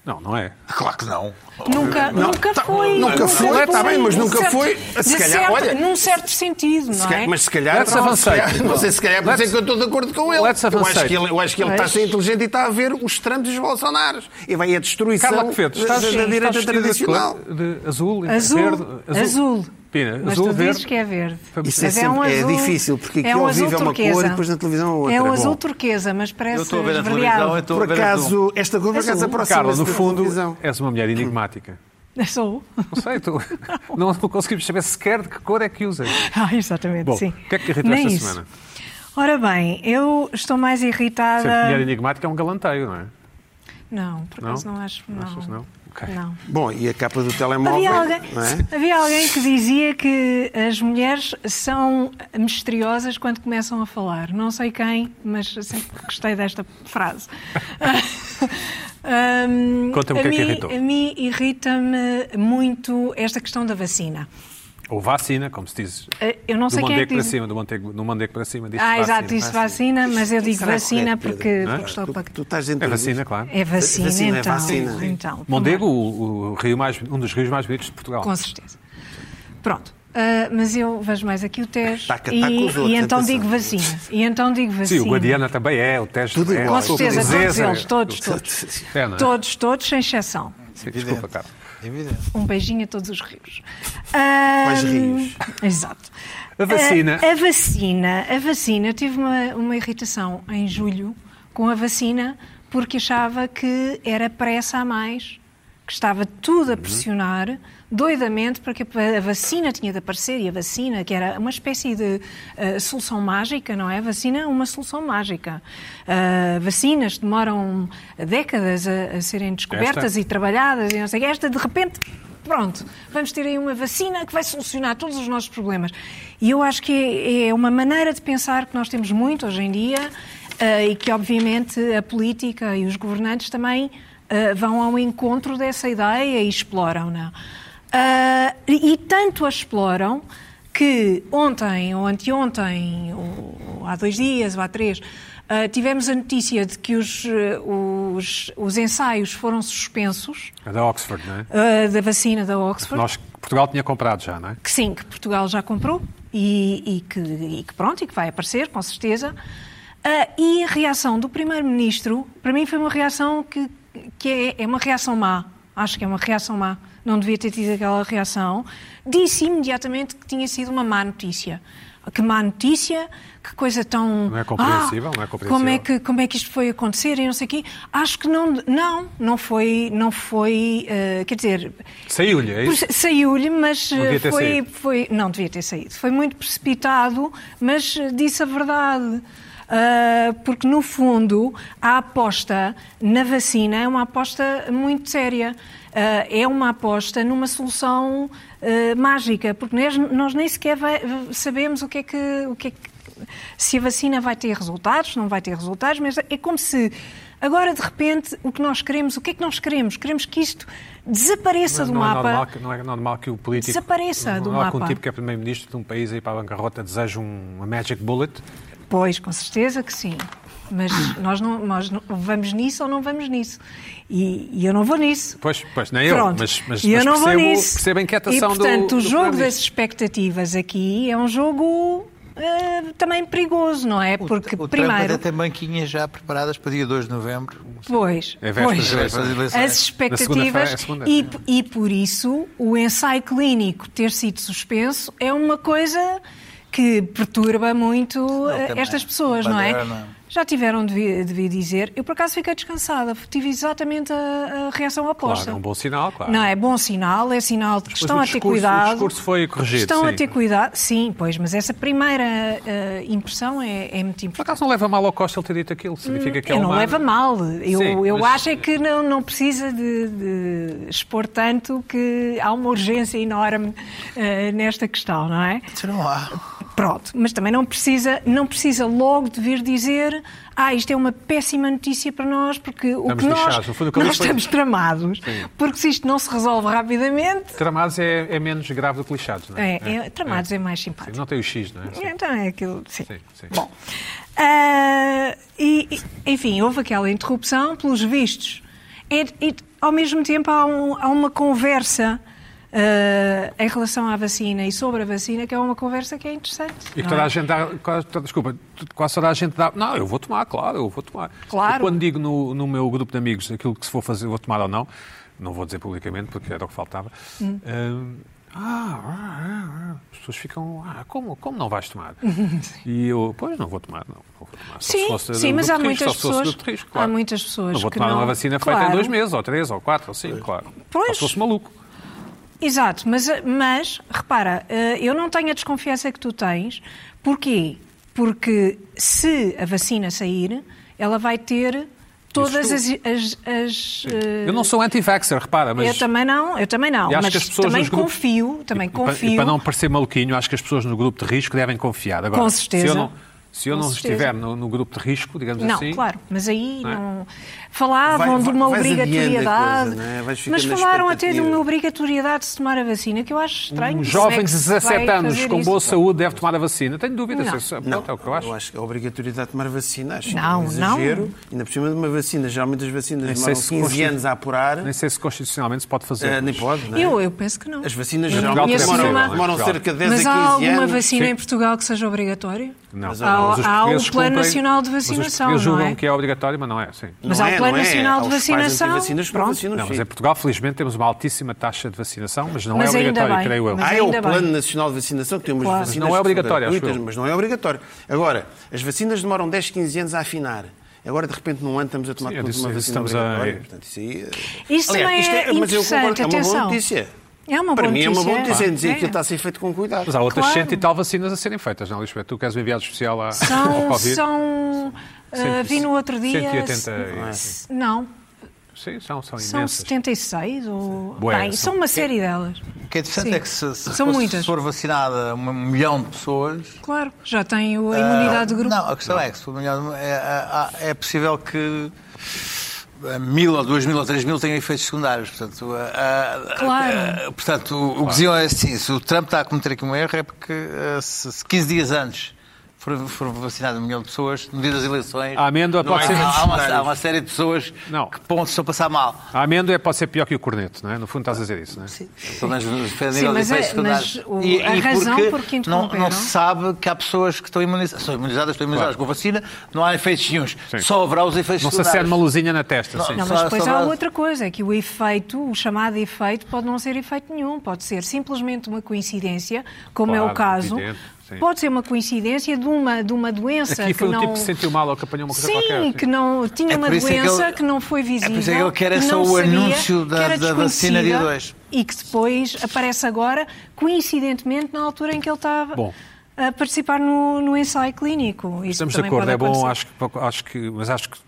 [SPEAKER 1] Não, não é.
[SPEAKER 4] Ah,
[SPEAKER 5] Claro que não.
[SPEAKER 3] Nunca, nunca foi.
[SPEAKER 2] nunca foi, tá bem, mas
[SPEAKER 3] Num
[SPEAKER 2] nunca foi.
[SPEAKER 3] de
[SPEAKER 2] Se calhar,
[SPEAKER 3] certo-
[SPEAKER 2] olha-
[SPEAKER 3] Num certo sentido,
[SPEAKER 2] Se
[SPEAKER 3] não
[SPEAKER 2] calhar-
[SPEAKER 3] é?
[SPEAKER 2] mas se calhar,
[SPEAKER 1] Let's
[SPEAKER 2] não,
[SPEAKER 1] avance.
[SPEAKER 2] se calhar- não sei se calhar é por
[SPEAKER 1] Let's-
[SPEAKER 2] dizer que eu estou de acordo com ele.
[SPEAKER 1] Let's
[SPEAKER 2] eu,
[SPEAKER 1] avance.
[SPEAKER 2] acho que ele eu acho que ele está a ser
[SPEAKER 3] Pois.
[SPEAKER 2] inteligente e está a ver os trampos dos Bolsonaros. E vai a destruição
[SPEAKER 1] Carla Quefedo,
[SPEAKER 2] da,
[SPEAKER 1] estás,
[SPEAKER 2] da
[SPEAKER 1] estás
[SPEAKER 2] direita
[SPEAKER 1] vestida de,
[SPEAKER 2] tradicional.
[SPEAKER 1] cor- de azul,
[SPEAKER 3] Azul,
[SPEAKER 1] verde,
[SPEAKER 3] azul.
[SPEAKER 1] Pina,
[SPEAKER 3] mas
[SPEAKER 1] azul,
[SPEAKER 3] tu
[SPEAKER 1] verde.
[SPEAKER 3] dizes que é verde.
[SPEAKER 1] Isso
[SPEAKER 3] Mas
[SPEAKER 2] é sempre- é difícil, porque aqui
[SPEAKER 3] é
[SPEAKER 2] ao
[SPEAKER 3] um
[SPEAKER 2] vivo
[SPEAKER 3] azul
[SPEAKER 2] é uma
[SPEAKER 3] turquesa.
[SPEAKER 2] cor e depois na televisão é outra.
[SPEAKER 3] É um
[SPEAKER 2] Bom.
[SPEAKER 3] azul turquesa, mas parece
[SPEAKER 5] Eu estou a ver a
[SPEAKER 3] esverdeado.
[SPEAKER 5] televisão, eu estou a
[SPEAKER 2] Por
[SPEAKER 5] ver a televisão.
[SPEAKER 2] acaso, esta cor por acaso aproxima-se
[SPEAKER 1] um Carla, no
[SPEAKER 2] da
[SPEAKER 1] fundo,
[SPEAKER 2] televisão.
[SPEAKER 1] és uma mulher enigmática.
[SPEAKER 3] Sou.
[SPEAKER 1] Não sei, tu, não. conseguimos saber sequer de que cor é que usas.
[SPEAKER 3] Ah, exatamente,
[SPEAKER 1] Bom,
[SPEAKER 3] sim.
[SPEAKER 1] o que é que te irritou
[SPEAKER 3] Nem
[SPEAKER 1] esta
[SPEAKER 3] isso.
[SPEAKER 1] semana?
[SPEAKER 3] Ora bem, eu estou mais
[SPEAKER 1] Sempre mulher
[SPEAKER 3] irritada.
[SPEAKER 1] enigmática é um galanteio, não é?
[SPEAKER 3] Não, por acaso não, acho. Não.
[SPEAKER 1] achas não? Ok.
[SPEAKER 3] Não.
[SPEAKER 2] Bom, e a capa do telemóvel.
[SPEAKER 3] Havia alguém,
[SPEAKER 2] não é?
[SPEAKER 3] havia alguém que dizia que as mulheres são misteriosas quando começam a falar. Não sei quem, mas sempre gostei desta frase. Hum,
[SPEAKER 1] Conta-me o que é
[SPEAKER 3] a
[SPEAKER 1] que
[SPEAKER 3] mim-
[SPEAKER 1] irritou.
[SPEAKER 3] A mim irrita-me muito esta questão da vacina.
[SPEAKER 1] Ou vacina, como se diz.
[SPEAKER 3] Eh, Eu não
[SPEAKER 1] do
[SPEAKER 3] sei quem é
[SPEAKER 1] Mondego
[SPEAKER 3] que
[SPEAKER 1] para
[SPEAKER 3] diz.
[SPEAKER 1] cima, do Mondego, do Mondego para cima. diz-se
[SPEAKER 3] Ah,
[SPEAKER 1] vacina. é?
[SPEAKER 3] exato, isso vacina, mas eu digo
[SPEAKER 2] Será
[SPEAKER 3] vacina
[SPEAKER 2] correto,
[SPEAKER 3] porque,
[SPEAKER 2] Pedro? é?
[SPEAKER 3] porque estou
[SPEAKER 2] Tu,
[SPEAKER 3] para.
[SPEAKER 2] tu estás dentro
[SPEAKER 1] É vacina, claro.
[SPEAKER 3] É vacina,
[SPEAKER 2] Vacina, é
[SPEAKER 3] então.
[SPEAKER 2] vacina.
[SPEAKER 3] então
[SPEAKER 1] Mondego, o, o rio mais, um dos rios mais bonitos de Portugal.
[SPEAKER 3] Com certeza. Pronto. Ah, mas eu vejo mais aqui o Tejo
[SPEAKER 2] Taca,
[SPEAKER 3] e,
[SPEAKER 2] taca os outros,
[SPEAKER 3] e então
[SPEAKER 2] atenção.
[SPEAKER 3] digo vacina. E então digo
[SPEAKER 1] Sim,
[SPEAKER 3] vacina.
[SPEAKER 1] o Guadiana também é, o Tejo
[SPEAKER 2] Tudo
[SPEAKER 1] também é.
[SPEAKER 2] igual.
[SPEAKER 3] Com
[SPEAKER 1] o Sul
[SPEAKER 3] certeza, todos
[SPEAKER 1] Princesa.
[SPEAKER 3] eles, todos, todos.
[SPEAKER 1] É, não é?
[SPEAKER 3] Todos, todos, sem exceção.
[SPEAKER 1] Sim, desculpa, Carla.
[SPEAKER 4] É
[SPEAKER 5] Evidente.
[SPEAKER 3] Um beijinho a todos os rios. Ah,
[SPEAKER 2] Quais rios?
[SPEAKER 3] Exato.
[SPEAKER 1] A vacina.
[SPEAKER 3] A, a vacina, a vacina, eu tive uma, uma irritação em julho com a vacina porque achava que era pressa a mais, que estava tudo
[SPEAKER 1] Uhum.
[SPEAKER 3] a pressionar doidamente para que a vacina tinha de aparecer e a vacina, que era uma espécie de eh, solução mágica, não é? A vacina é uma solução mágica. Ah, vacinas demoram décadas a, a serem descobertas
[SPEAKER 1] Esta?
[SPEAKER 3] e trabalhadas e não sei o quê. Esta, de repente, pronto, vamos ter aí uma vacina que vai solucionar todos os nossos problemas. E eu acho que é- é uma maneira de pensar que nós temos muito hoje em dia eh, e que, obviamente, a política e os governantes também eh, vão ao encontro dessa ideia e exploram-na. Ah, e e tanto a exploram que ontem ou anteontem, ou, ou há dois dias ou há três, ah, tivemos a notícia de que os, eh, os, os ensaios foram suspensos
[SPEAKER 1] É da Oxford, não é?
[SPEAKER 3] ah, da vacina da Oxford,
[SPEAKER 1] Nós, Portugal tinha comprado já, não é?
[SPEAKER 3] que sim, que Portugal já comprou e, e que, e que pronto, e que vai aparecer, com certeza. Ah, e a reação do Primeiro-Ministro, para mim foi uma reação que, que é, é uma reação má, acho que é uma reação má, não devia ter tido aquela reação, disse imediatamente que tinha sido uma má notícia. Que má notícia, que coisa tão...
[SPEAKER 1] Não é compreensível, não é compreensível.
[SPEAKER 3] Como é que, como é que isto foi acontecer e não sei o quê. Acho que não, não, não foi, não foi, ah, quer dizer,
[SPEAKER 1] Saiu-lhe, é isso?
[SPEAKER 3] Pois, Saiu-lhe, mas
[SPEAKER 1] Não devia
[SPEAKER 3] eh,
[SPEAKER 1] ter
[SPEAKER 3] foi,
[SPEAKER 1] saído.
[SPEAKER 3] foi. Não devia ter saído. Foi muito precipitado, mas eh, disse a verdade. Ah, porque, no fundo, a aposta na vacina é uma aposta muito séria. Ah, é uma aposta numa solução eh, mágica, porque nós, nós nem sequer vai- sabemos o que é que. O que é que se a vacina vai ter resultados, não vai ter resultados, mas é como se agora de repente o que nós queremos, o que é que nós queremos? Queremos que isto desapareça do
[SPEAKER 1] não
[SPEAKER 3] mapa.
[SPEAKER 1] É normal que, não é normal que o político.
[SPEAKER 3] Desapareça do
[SPEAKER 1] não há que um
[SPEAKER 3] mapa.
[SPEAKER 1] tipo que é primeiro-ministro de um país aí para a bancarrota deseja um- uma magic bullet.
[SPEAKER 3] Pois, com certeza que sim. Mas nós, não, nós não- vamos nisso ou não vamos nisso. E, e eu não vou nisso.
[SPEAKER 1] Pois, pois, nem eu,
[SPEAKER 3] Pronto.
[SPEAKER 1] mas- mas-
[SPEAKER 3] E eu
[SPEAKER 1] mas
[SPEAKER 3] não vou
[SPEAKER 1] percebo-
[SPEAKER 3] nisso.
[SPEAKER 1] percebo a inquietação
[SPEAKER 3] e,
[SPEAKER 1] do-
[SPEAKER 3] portanto,
[SPEAKER 1] do
[SPEAKER 3] o jogo
[SPEAKER 1] Primeiro-Ministro.
[SPEAKER 3] das expectativas aqui é um jogo eh, também perigoso, não é?
[SPEAKER 4] O-
[SPEAKER 3] Porque,
[SPEAKER 4] o Trump
[SPEAKER 3] primeiro,
[SPEAKER 4] até tem banquinhas já preparadas para dia 2 de novembro.
[SPEAKER 3] pois,
[SPEAKER 1] É véspera
[SPEAKER 3] pois,
[SPEAKER 1] das eleições.
[SPEAKER 3] as
[SPEAKER 1] é. Na
[SPEAKER 3] expectativas
[SPEAKER 1] segunda-feira,
[SPEAKER 3] e, e por isso o ensaio clínico ter sido suspenso é uma coisa que perturba muito eh,
[SPEAKER 4] também.
[SPEAKER 3] estas pessoas, não é?
[SPEAKER 4] Moderna.
[SPEAKER 3] Já tiveram, devia, devia dizer. Eu, por acaso, fiquei descansada. Tive exatamente a, a reação oposta.
[SPEAKER 1] Claro, é um bom sinal, claro.
[SPEAKER 3] Não, é bom sinal, é sinal de que estão
[SPEAKER 1] o
[SPEAKER 3] a ter
[SPEAKER 1] discurso- o
[SPEAKER 3] cuidado.
[SPEAKER 1] discurso foi corrigido,
[SPEAKER 3] Estão a
[SPEAKER 1] sim.
[SPEAKER 3] ter cuidado, sim, pois, mas essa primeira eh, impressão é, é muito
[SPEAKER 1] Por
[SPEAKER 3] importante.
[SPEAKER 1] acaso não leva mal ao Costa ele ter dito aquilo. Significa que é
[SPEAKER 3] Eu Hum, não
[SPEAKER 1] humano.
[SPEAKER 3] leva mal. Eu,
[SPEAKER 1] Sim,
[SPEAKER 3] eu
[SPEAKER 1] mas-
[SPEAKER 3] acho é que não, não precisa de, de expor tanto que há uma urgência enorme eh, nesta questão, não é?
[SPEAKER 4] Isso não há.
[SPEAKER 3] Pronto, mas também não precisa, não precisa logo de vir dizer ah, isto é uma péssima notícia para nós, porque o
[SPEAKER 1] Estamos
[SPEAKER 3] que nós,
[SPEAKER 1] lixados. No fundo, o que ele
[SPEAKER 3] nós
[SPEAKER 1] disse foi-
[SPEAKER 3] estamos tramados, porque se isto não se resolve rapidamente,
[SPEAKER 1] Tramados é, é menos grave do que lixados, não é?
[SPEAKER 3] É, é, tramados é, mais
[SPEAKER 1] Sim,
[SPEAKER 3] simpático.
[SPEAKER 1] Não tem o X, não é? Sim.
[SPEAKER 3] Então é aquilo, sim.
[SPEAKER 1] Sim, sim.
[SPEAKER 3] Bom, ah, e, e- enfim, houve aquela interrupção pelos vistos. E, e, ao mesmo tempo há, um- há uma conversa ah, em relação à vacina e sobre a vacina, que é uma conversa que é interessante.
[SPEAKER 1] E que
[SPEAKER 3] não
[SPEAKER 1] toda
[SPEAKER 3] é?
[SPEAKER 1] a gente dá, quase toda- desculpa, quase toda a gente dá, não, eu vou tomar, claro, eu vou tomar.
[SPEAKER 3] Claro.
[SPEAKER 1] Eu quando digo no, no meu grupo de amigos aquilo que se vou fazer, vou tomar ou não, não vou dizer publicamente porque era o que faltava, hum, ah, ah, ah, ah, as pessoas ficam, ah, como, como não vais tomar? e eu, pois, não vou tomar, não, não vou tomar. Só se
[SPEAKER 3] Sim,
[SPEAKER 1] fosse
[SPEAKER 3] sim,
[SPEAKER 1] do
[SPEAKER 3] mas há
[SPEAKER 1] grupo de risco,
[SPEAKER 3] muitas
[SPEAKER 1] só se fosse do
[SPEAKER 3] pessoas.
[SPEAKER 1] grupo de risco,
[SPEAKER 3] Há
[SPEAKER 1] claro.
[SPEAKER 3] muitas pessoas
[SPEAKER 1] Não vou
[SPEAKER 3] que
[SPEAKER 1] tomar
[SPEAKER 3] não.
[SPEAKER 1] uma vacina feita em
[SPEAKER 3] Claro.
[SPEAKER 1] dois meses, ou três, ou quatro, ou cinco, claro.
[SPEAKER 3] Pois.
[SPEAKER 1] Só se fosse maluco.
[SPEAKER 3] Exato, mas, mas repara, eh, eu não tenho a desconfiança que tu tens. Porquê? Porque se a vacina sair, ela vai ter todas as. as- as, eh,
[SPEAKER 1] Eu não sou anti-vaxxer, repara, mas...
[SPEAKER 3] eu também não, eu também não,
[SPEAKER 1] E acho
[SPEAKER 3] mas
[SPEAKER 1] que as pessoas
[SPEAKER 3] também
[SPEAKER 1] nos grupos-
[SPEAKER 3] confio, também
[SPEAKER 1] E pa-
[SPEAKER 3] confio.
[SPEAKER 1] E para não parecer maluquinho, acho que as pessoas no grupo de risco devem confiar. Agora,
[SPEAKER 3] Com certeza.
[SPEAKER 1] Se eu não, se eu
[SPEAKER 3] Com
[SPEAKER 1] não
[SPEAKER 3] certeza.
[SPEAKER 1] estiver no, no grupo de risco, digamos
[SPEAKER 3] Não,
[SPEAKER 1] assim,
[SPEAKER 3] claro, mas aí
[SPEAKER 1] Não é?
[SPEAKER 3] não. Falavam
[SPEAKER 2] Vai-
[SPEAKER 3] de
[SPEAKER 2] vai-
[SPEAKER 3] uma
[SPEAKER 2] vais adiando a
[SPEAKER 3] obrigatoriedade,
[SPEAKER 2] coisa, não é? Vais ficando
[SPEAKER 3] mas
[SPEAKER 2] na
[SPEAKER 3] falaram até de uma
[SPEAKER 2] expectativa.
[SPEAKER 3] obrigatoriedade de se tomar a vacina, que eu acho estranho.
[SPEAKER 1] um
[SPEAKER 3] Como
[SPEAKER 1] jovem
[SPEAKER 3] é
[SPEAKER 1] de
[SPEAKER 3] que se
[SPEAKER 1] 17
[SPEAKER 3] vai
[SPEAKER 1] anos
[SPEAKER 3] fazer
[SPEAKER 1] com
[SPEAKER 3] isso?
[SPEAKER 1] boa saúde deve tomar a vacina. Tenho dúvidas.
[SPEAKER 3] Não.
[SPEAKER 1] Isso é-
[SPEAKER 2] Não,
[SPEAKER 1] pronto, é o que eu acho.
[SPEAKER 2] que a obrigatoriedade de tomar vacina, acho
[SPEAKER 3] Não,
[SPEAKER 2] que é um
[SPEAKER 3] não.
[SPEAKER 2] exagero. Ainda por cima de uma vacina, geralmente as vacinas
[SPEAKER 1] Nem sei
[SPEAKER 2] demoram
[SPEAKER 1] se
[SPEAKER 2] 15
[SPEAKER 1] consti-
[SPEAKER 2] anos a apurar.
[SPEAKER 1] Nem sei se constitucionalmente se pode fazer.
[SPEAKER 2] Eh, nem
[SPEAKER 1] mas-
[SPEAKER 2] pode, não é?
[SPEAKER 3] Eu, eu penso que não.
[SPEAKER 2] As vacinas
[SPEAKER 3] Eu não
[SPEAKER 2] geralmente
[SPEAKER 3] conheço
[SPEAKER 2] demoram,
[SPEAKER 3] nenhuma.
[SPEAKER 2] demoram
[SPEAKER 1] Portugal.
[SPEAKER 2] cerca de 10
[SPEAKER 3] Mas
[SPEAKER 2] a
[SPEAKER 3] há
[SPEAKER 2] 15
[SPEAKER 3] alguma
[SPEAKER 2] anos.
[SPEAKER 3] vacina
[SPEAKER 1] Sim.
[SPEAKER 3] em Portugal que seja obrigatória?
[SPEAKER 1] Não.
[SPEAKER 2] Mas é
[SPEAKER 3] há-
[SPEAKER 1] Mas os
[SPEAKER 3] há um
[SPEAKER 1] portugueses
[SPEAKER 3] plano
[SPEAKER 1] cumprem-
[SPEAKER 3] nacional de
[SPEAKER 1] Mas os
[SPEAKER 3] vacinação,
[SPEAKER 1] portugueses
[SPEAKER 3] não é?
[SPEAKER 1] julgam que é obrigatório, mas não é. Sim.
[SPEAKER 3] Mas
[SPEAKER 2] Não
[SPEAKER 3] há o
[SPEAKER 2] é,
[SPEAKER 3] Plano
[SPEAKER 2] não é.
[SPEAKER 3] Nacional de
[SPEAKER 2] Aos pais
[SPEAKER 3] Vacinação.
[SPEAKER 2] antivacinas não
[SPEAKER 3] Pronto.
[SPEAKER 2] vacinam os
[SPEAKER 1] Não, mas é- em
[SPEAKER 2] filhos.
[SPEAKER 1] Portugal, felizmente, temos uma altíssima taxa de vacinação, mas não
[SPEAKER 3] Mas
[SPEAKER 1] é
[SPEAKER 3] ainda
[SPEAKER 1] obrigatório,
[SPEAKER 3] bem.
[SPEAKER 1] creio eu.
[SPEAKER 3] Mas-
[SPEAKER 2] Há é o
[SPEAKER 3] ainda bem.
[SPEAKER 2] Plano Nacional de Vacinação, que tem umas
[SPEAKER 3] Claro.
[SPEAKER 2] vacinas
[SPEAKER 1] Mas não é
[SPEAKER 2] que são
[SPEAKER 1] obrigatório, acho
[SPEAKER 2] gratuitas,
[SPEAKER 1] eu.
[SPEAKER 2] mas não é obrigatório. Agora, as vacinas demoram 10, 15 anos a afinar. Agora, de repente, num ano estamos a tomar
[SPEAKER 1] Sim, eu
[SPEAKER 2] tudo
[SPEAKER 1] disse-
[SPEAKER 2] uma vacina
[SPEAKER 1] estamos a-
[SPEAKER 2] obrigatória. Portanto, isso aí, eh,
[SPEAKER 3] Isso também
[SPEAKER 2] isto
[SPEAKER 3] é
[SPEAKER 2] mas eu concordo
[SPEAKER 3] interessante,
[SPEAKER 2] que é uma boa
[SPEAKER 3] atenção.
[SPEAKER 2] notícia.
[SPEAKER 3] É uma
[SPEAKER 2] Para
[SPEAKER 3] boa
[SPEAKER 2] mim é uma boa
[SPEAKER 3] notícia,
[SPEAKER 2] notícia,
[SPEAKER 3] é.
[SPEAKER 2] em dizer que
[SPEAKER 3] É.
[SPEAKER 2] aquilo está a ser feito com cuidado.
[SPEAKER 1] Mas há outras
[SPEAKER 3] Claro.
[SPEAKER 1] cento e tal vacinas a serem feitas, não, Lisbeth? Tu queres um enviado especial à, ao
[SPEAKER 3] São.
[SPEAKER 1] Covid?
[SPEAKER 3] são ah,
[SPEAKER 1] Cento-
[SPEAKER 3] vi no outro dia.
[SPEAKER 1] 180 e-
[SPEAKER 3] se- Não,
[SPEAKER 1] Sim, são, são
[SPEAKER 3] são
[SPEAKER 1] imensas.
[SPEAKER 3] 76 ou.
[SPEAKER 1] Bué,
[SPEAKER 3] Bem,
[SPEAKER 1] são-
[SPEAKER 3] são uma série delas.
[SPEAKER 4] O que é interessante
[SPEAKER 3] Sim.
[SPEAKER 4] é que se, se,
[SPEAKER 3] São
[SPEAKER 4] fosse-
[SPEAKER 3] muitas.
[SPEAKER 4] se for vacinada um milhão de pessoas.
[SPEAKER 3] Claro, já tem o- a imunidade de grupo.
[SPEAKER 4] Não, a questão é que se for um milhão de- é, é, é possível que eh, mil ou duas mil ou três mil tenham efeitos secundários. Portanto, eh, eh,
[SPEAKER 3] Claro.
[SPEAKER 4] eh, portanto o, o que diziam é assim: se o Trump está a cometer aqui um erro é porque eh, se, se 15 dias antes for, for vacinado um milhão de pessoas, no dia das eleições.
[SPEAKER 1] A amêndoa
[SPEAKER 4] não
[SPEAKER 1] pode
[SPEAKER 4] há,
[SPEAKER 1] ser-
[SPEAKER 4] há, há uma, há uma série de pessoas
[SPEAKER 1] Não.
[SPEAKER 4] que pontos estão a passar mal.
[SPEAKER 1] A amêndoa é, pode ser pior que o corneto, não é? No fundo estás a dizer isso, não é?
[SPEAKER 4] Sim, pelo menos no- pelo
[SPEAKER 3] Sim,
[SPEAKER 4] nível de
[SPEAKER 3] mas é-
[SPEAKER 4] efeitos secundários.
[SPEAKER 3] mas o- a razão porque
[SPEAKER 4] não,
[SPEAKER 3] interromperam-
[SPEAKER 4] não se sabe que há pessoas que estão imunizadas, são imunizadas, estão imunizadas com vacina, não há efeitos nenhuns.
[SPEAKER 1] Sim.
[SPEAKER 4] Só haverá os efeitos
[SPEAKER 1] Não se acende
[SPEAKER 2] é
[SPEAKER 4] secundários.
[SPEAKER 1] uma luzinha na testa, sim.
[SPEAKER 3] Não,
[SPEAKER 4] Só-
[SPEAKER 3] mas
[SPEAKER 4] só
[SPEAKER 3] depois há
[SPEAKER 4] base.
[SPEAKER 3] outra coisa, é que o efeito, o chamado efeito, pode não ser efeito nenhum, pode ser simplesmente uma coincidência, como é
[SPEAKER 1] Claro,
[SPEAKER 3] o caso.
[SPEAKER 1] evidente, sim.
[SPEAKER 3] Pode ser uma coincidência de uma, de uma doença
[SPEAKER 1] Aqui foi
[SPEAKER 3] é que
[SPEAKER 1] um
[SPEAKER 3] não...
[SPEAKER 1] tipo que se sentiu mal ou que apanhou uma coisa
[SPEAKER 3] Sim,
[SPEAKER 1] qualquer. sim.
[SPEAKER 3] que não tinha
[SPEAKER 4] É
[SPEAKER 3] uma
[SPEAKER 4] por isso é que
[SPEAKER 3] doença
[SPEAKER 4] ele-
[SPEAKER 3] que não foi visível.
[SPEAKER 4] é por isso é que ele quer é
[SPEAKER 3] que
[SPEAKER 4] só
[SPEAKER 3] não
[SPEAKER 4] o
[SPEAKER 3] sabia,
[SPEAKER 4] anúncio da-
[SPEAKER 3] que era
[SPEAKER 4] da vacina dia
[SPEAKER 3] desconhecida
[SPEAKER 4] dois.
[SPEAKER 3] E que depois aparece agora, coincidentemente, na altura em que ele estava
[SPEAKER 1] Bom.
[SPEAKER 3] a participar no, no ensaio clínico. Isso
[SPEAKER 1] Estamos de
[SPEAKER 3] também
[SPEAKER 1] acordo,
[SPEAKER 3] pode
[SPEAKER 1] é bom,
[SPEAKER 3] acontecer.
[SPEAKER 1] acho que, acho que. Mas acho que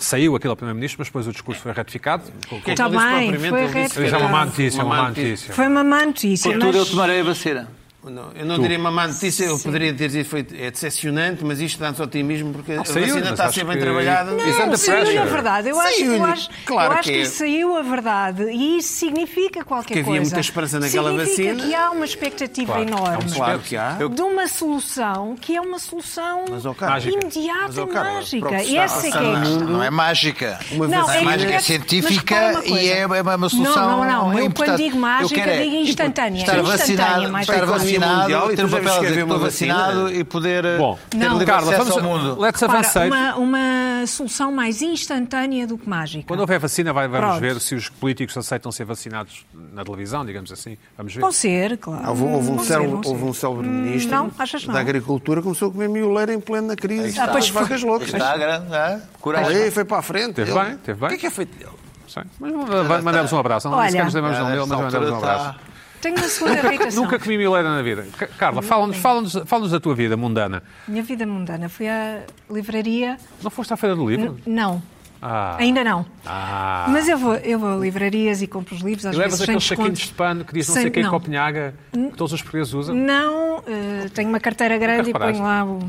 [SPEAKER 1] saiu aquilo ao Primeiro-Ministro, mas depois o discurso foi ratificado.
[SPEAKER 2] O que é que
[SPEAKER 3] Tá
[SPEAKER 2] ele disse
[SPEAKER 3] bem,
[SPEAKER 2] propriamente?
[SPEAKER 3] foi
[SPEAKER 2] Ele disse que
[SPEAKER 1] Mas é uma
[SPEAKER 2] era
[SPEAKER 1] má notícia, é uma má notícia.
[SPEAKER 3] Foi uma má notícia.
[SPEAKER 1] é
[SPEAKER 4] Contudo, eu
[SPEAKER 3] mas-
[SPEAKER 4] tomarei a vacina.
[SPEAKER 2] Não, eu não diria uma má notícia, eu poderia ter dito foi é decepcionante, mas isto dá-nos otimismo porque a
[SPEAKER 1] saiu,
[SPEAKER 2] vacina
[SPEAKER 1] mas
[SPEAKER 2] está a
[SPEAKER 1] acho
[SPEAKER 2] ser bem
[SPEAKER 1] que-
[SPEAKER 2] trabalhada.
[SPEAKER 1] Não,
[SPEAKER 2] It's
[SPEAKER 3] Não,
[SPEAKER 1] under
[SPEAKER 3] saiu a
[SPEAKER 1] pressure.
[SPEAKER 3] verdade. Eu acho, eu
[SPEAKER 2] Saiu-lhe,
[SPEAKER 3] acho,
[SPEAKER 2] claro
[SPEAKER 3] eu acho
[SPEAKER 2] que
[SPEAKER 3] que,
[SPEAKER 2] é.
[SPEAKER 3] saiu a verdade e isso significa qualquer
[SPEAKER 2] Porque havia
[SPEAKER 3] coisa.
[SPEAKER 2] muita esperança naquela
[SPEAKER 3] significa
[SPEAKER 2] vacina.
[SPEAKER 3] que há uma expectativa
[SPEAKER 1] Claro, há
[SPEAKER 3] enorme
[SPEAKER 1] um
[SPEAKER 2] Claro É que há.
[SPEAKER 3] de uma solução que é uma solução
[SPEAKER 2] Mas, ó, Carla,
[SPEAKER 3] imediata
[SPEAKER 2] mas, ó,
[SPEAKER 3] e
[SPEAKER 2] Carla,
[SPEAKER 3] mágica.
[SPEAKER 2] para o que
[SPEAKER 3] E
[SPEAKER 2] está a
[SPEAKER 3] essa é que é a
[SPEAKER 2] passar no
[SPEAKER 3] questão.
[SPEAKER 2] mundo,
[SPEAKER 4] Não é mágica.
[SPEAKER 2] Uma
[SPEAKER 3] Não,
[SPEAKER 4] é
[SPEAKER 2] vacina-
[SPEAKER 4] mágica é
[SPEAKER 3] mas- mas repara
[SPEAKER 4] científica
[SPEAKER 3] uma
[SPEAKER 4] e
[SPEAKER 3] coisa.
[SPEAKER 4] é uma, uma solução.
[SPEAKER 3] Não, não, não. Eu, quando
[SPEAKER 4] importante.
[SPEAKER 3] digo mágica,
[SPEAKER 4] Eu quero é
[SPEAKER 3] digo instantânea.
[SPEAKER 4] Estar
[SPEAKER 3] Instantânea,
[SPEAKER 4] vacinado,
[SPEAKER 3] mais
[SPEAKER 4] estar
[SPEAKER 3] importante.
[SPEAKER 4] vacinado,
[SPEAKER 2] mundial e
[SPEAKER 4] ter
[SPEAKER 2] tu
[SPEAKER 4] um
[SPEAKER 2] já
[SPEAKER 4] papel a
[SPEAKER 2] viste que
[SPEAKER 4] dizer que
[SPEAKER 2] havia
[SPEAKER 4] estou
[SPEAKER 2] uma vacina?
[SPEAKER 4] vacinado e poder eh,
[SPEAKER 1] Bom,
[SPEAKER 4] ter
[SPEAKER 3] Não.
[SPEAKER 4] livre
[SPEAKER 1] Carla,
[SPEAKER 4] acesso ao
[SPEAKER 1] vamos,
[SPEAKER 4] mundo.
[SPEAKER 1] let's
[SPEAKER 3] Repara,
[SPEAKER 1] avançar.
[SPEAKER 3] uma, uma solução mais instantânea do que mágica.
[SPEAKER 1] Quando houver vacina, vai- vamos
[SPEAKER 3] Pronto.
[SPEAKER 1] ver se os políticos aceitam ser vacinados na televisão, digamos assim. Vamos ver.
[SPEAKER 3] Vão ser, claro.
[SPEAKER 2] Houve, houve um
[SPEAKER 3] Vão ser,
[SPEAKER 2] célebre,
[SPEAKER 3] vão ser.
[SPEAKER 2] houve um célebre ministro
[SPEAKER 3] Hum, não, achas não?
[SPEAKER 2] da Agricultura que começou a comer mioleiro em plena crise.
[SPEAKER 4] está.
[SPEAKER 2] Ah, pois vacas loucas.
[SPEAKER 4] Está grande, não é? coragem.
[SPEAKER 2] Aí foi para a frente.
[SPEAKER 1] Teve
[SPEAKER 2] Ele-
[SPEAKER 1] bem, teve bem.
[SPEAKER 2] O que é que é feito dele?
[SPEAKER 1] Sim. Mas manda- mandamos um abraço. Não
[SPEAKER 3] Olha.
[SPEAKER 1] sequer nos lembramos
[SPEAKER 4] Ah,
[SPEAKER 1] não dele, mas
[SPEAKER 4] nesta
[SPEAKER 1] mandamos um
[SPEAKER 4] altura está-
[SPEAKER 1] abraço.
[SPEAKER 3] Tenho a segunda aplicação.
[SPEAKER 1] Nunca comi mileira na vida. Ca- Carla, fala-nos fala fala da tua vida mundana.
[SPEAKER 3] Minha vida mundana. Fui à livraria.
[SPEAKER 1] Não foste à Feira do Livro?
[SPEAKER 3] N- Não,
[SPEAKER 1] Ah.
[SPEAKER 3] ainda não.
[SPEAKER 1] Ah.
[SPEAKER 3] Mas eu vou, eu vou a livrarias e compro os livros, às
[SPEAKER 1] E levas
[SPEAKER 3] vezes sem
[SPEAKER 1] aqueles
[SPEAKER 3] desconto.
[SPEAKER 1] saquinhos de pano que diz não sei
[SPEAKER 3] Sem-
[SPEAKER 1] quem em
[SPEAKER 3] não.
[SPEAKER 1] Copenhaga, que todos os portugueses usam.
[SPEAKER 3] Não, eh, tenho uma carteira grande e
[SPEAKER 1] reparaste?
[SPEAKER 3] ponho lá o- os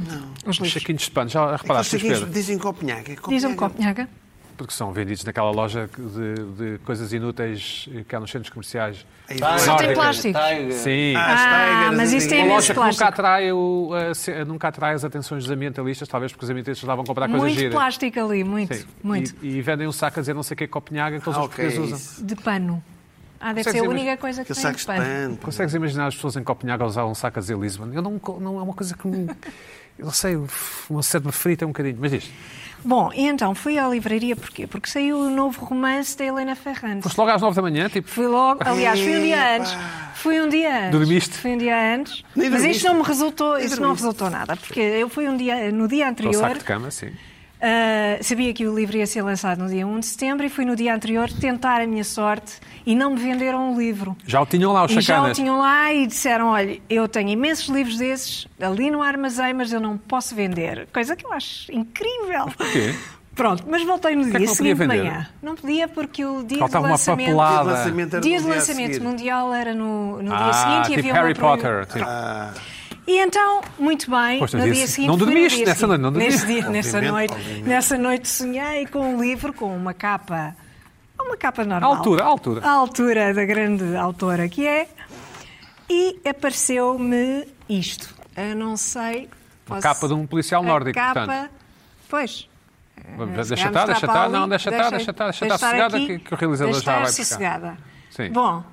[SPEAKER 1] Os
[SPEAKER 3] livros.
[SPEAKER 1] saquinhos de pano,
[SPEAKER 3] É
[SPEAKER 1] já
[SPEAKER 2] Aqueles
[SPEAKER 1] reparaste, Luís
[SPEAKER 2] saquinhos
[SPEAKER 1] Pedro?
[SPEAKER 2] dizem Copenhague.
[SPEAKER 3] Diz-me um Copenhaga.
[SPEAKER 1] Porque são vendidos naquela loja de, de coisas inúteis que há nos centros comerciais.
[SPEAKER 2] Aí
[SPEAKER 4] Tiger,
[SPEAKER 2] vai.
[SPEAKER 3] Só tem
[SPEAKER 4] Tiger,
[SPEAKER 3] plástico.
[SPEAKER 4] Tiger.
[SPEAKER 1] Sim.
[SPEAKER 2] As
[SPEAKER 3] é. Ah,
[SPEAKER 2] Tigers,
[SPEAKER 3] mas
[SPEAKER 2] as
[SPEAKER 3] isso tem
[SPEAKER 1] Uma
[SPEAKER 3] imenso
[SPEAKER 1] loja que nunca
[SPEAKER 3] plástico.
[SPEAKER 1] atrai, o- a se- nunca atrai as atenções dos ambientalistas, talvez porque os ambientalistas lá vão comprar coisas
[SPEAKER 3] Muito
[SPEAKER 1] giras.
[SPEAKER 3] plástico ali, muito,
[SPEAKER 1] Sim.
[SPEAKER 3] muito.
[SPEAKER 1] E, e vendem um saco a dizer não sei o que Copenhaga, que todos
[SPEAKER 2] Ah,
[SPEAKER 1] os portugueses
[SPEAKER 2] ok,
[SPEAKER 1] usam.
[SPEAKER 2] isso.
[SPEAKER 3] De pano. Ah, deve
[SPEAKER 1] Consegues
[SPEAKER 3] ser a
[SPEAKER 1] dizer, mas-
[SPEAKER 3] única coisa que
[SPEAKER 2] Aqueles
[SPEAKER 3] tem
[SPEAKER 2] sacos
[SPEAKER 3] de
[SPEAKER 2] de
[SPEAKER 3] pano.
[SPEAKER 2] pano.
[SPEAKER 1] Consegues imaginar as pessoas em Copenhaga a usar um saco a dizer Lisbon? Eu não, não é uma coisa que me. Eu não sei, o meu cérebro frita um bocadinho. Mas diz,
[SPEAKER 3] Bom, e então fui à livraria porquê? Porque saiu o novo romance da Helena Ferrante.
[SPEAKER 1] foste logo às nove da manhã, tipo.
[SPEAKER 3] Fui logo, aliás, fui um dia
[SPEAKER 2] Epá.
[SPEAKER 3] antes. Fui um dia antes.
[SPEAKER 1] Dormiste?
[SPEAKER 3] Fui um dia antes.
[SPEAKER 2] Nem
[SPEAKER 3] Mas
[SPEAKER 2] dormiste.
[SPEAKER 3] isto não me resultou,
[SPEAKER 2] Nem
[SPEAKER 3] isto não
[SPEAKER 2] dormiste.
[SPEAKER 3] resultou nada, porque eu fui um dia no dia
[SPEAKER 1] Para o saco
[SPEAKER 3] anterior,
[SPEAKER 1] de cama, sim.
[SPEAKER 3] ah, sabia que o livro ia ser lançado no dia 1 de setembro e fui no dia anterior tentar a minha sorte e não me venderam o livro.
[SPEAKER 1] Já o tinham lá, os
[SPEAKER 3] E já o
[SPEAKER 1] chacanas.
[SPEAKER 3] tinham lá e disseram: olha, eu tenho imensos livros desses ali no armazém, mas eu não posso vender. Coisa que eu acho incrível.
[SPEAKER 1] porquê?
[SPEAKER 3] Pronto, mas voltei no
[SPEAKER 1] que é
[SPEAKER 3] dia
[SPEAKER 1] que não podia
[SPEAKER 3] seguinte de
[SPEAKER 1] vender?
[SPEAKER 3] manhã. Não podia porque o dia do
[SPEAKER 1] Faltava uma
[SPEAKER 3] lançamento.
[SPEAKER 1] papelada.
[SPEAKER 2] O lançamento era
[SPEAKER 3] Dia
[SPEAKER 2] no
[SPEAKER 3] de
[SPEAKER 2] dia a
[SPEAKER 3] lançamento
[SPEAKER 2] seguir.
[SPEAKER 3] mundial era no, no dia
[SPEAKER 1] Ah,
[SPEAKER 3] seguinte e
[SPEAKER 1] tipo
[SPEAKER 3] havia um
[SPEAKER 1] Harry
[SPEAKER 3] uma pro-
[SPEAKER 1] Potter. tipo.
[SPEAKER 3] Ah, E então, muito bem,
[SPEAKER 1] Pois, no
[SPEAKER 3] no
[SPEAKER 1] dia
[SPEAKER 3] dia,
[SPEAKER 1] se-
[SPEAKER 3] seguinte.
[SPEAKER 1] não
[SPEAKER 3] fui no
[SPEAKER 1] dormiste
[SPEAKER 3] dia
[SPEAKER 1] nessa
[SPEAKER 3] seguinte.
[SPEAKER 1] noite, não dormiste.
[SPEAKER 3] Nesse dia, nessa
[SPEAKER 2] Obviamente,
[SPEAKER 3] noite,
[SPEAKER 2] obviamente.
[SPEAKER 3] nessa noite sonhei com um livro com uma capa, uma capa normal.
[SPEAKER 1] À altura, à altura.
[SPEAKER 3] À altura da grande autora que é. E apareceu-me isto. Eu não sei.
[SPEAKER 1] Uma
[SPEAKER 3] posso-
[SPEAKER 1] capa de um policial
[SPEAKER 3] a
[SPEAKER 1] nórdico,
[SPEAKER 3] capa,
[SPEAKER 1] portanto.
[SPEAKER 3] Pois.
[SPEAKER 1] Vamos- Deixa
[SPEAKER 3] Se calhar
[SPEAKER 1] estar,
[SPEAKER 3] mostrar
[SPEAKER 1] deixa
[SPEAKER 3] É, para
[SPEAKER 1] estar,
[SPEAKER 3] ali,
[SPEAKER 1] não, deixa estar, deixa estar, deixa estar sossegada que, que o realizador
[SPEAKER 3] deixa
[SPEAKER 1] já vai
[SPEAKER 3] estar
[SPEAKER 1] buscar.
[SPEAKER 3] sossegada.
[SPEAKER 1] Sim.
[SPEAKER 3] Bom,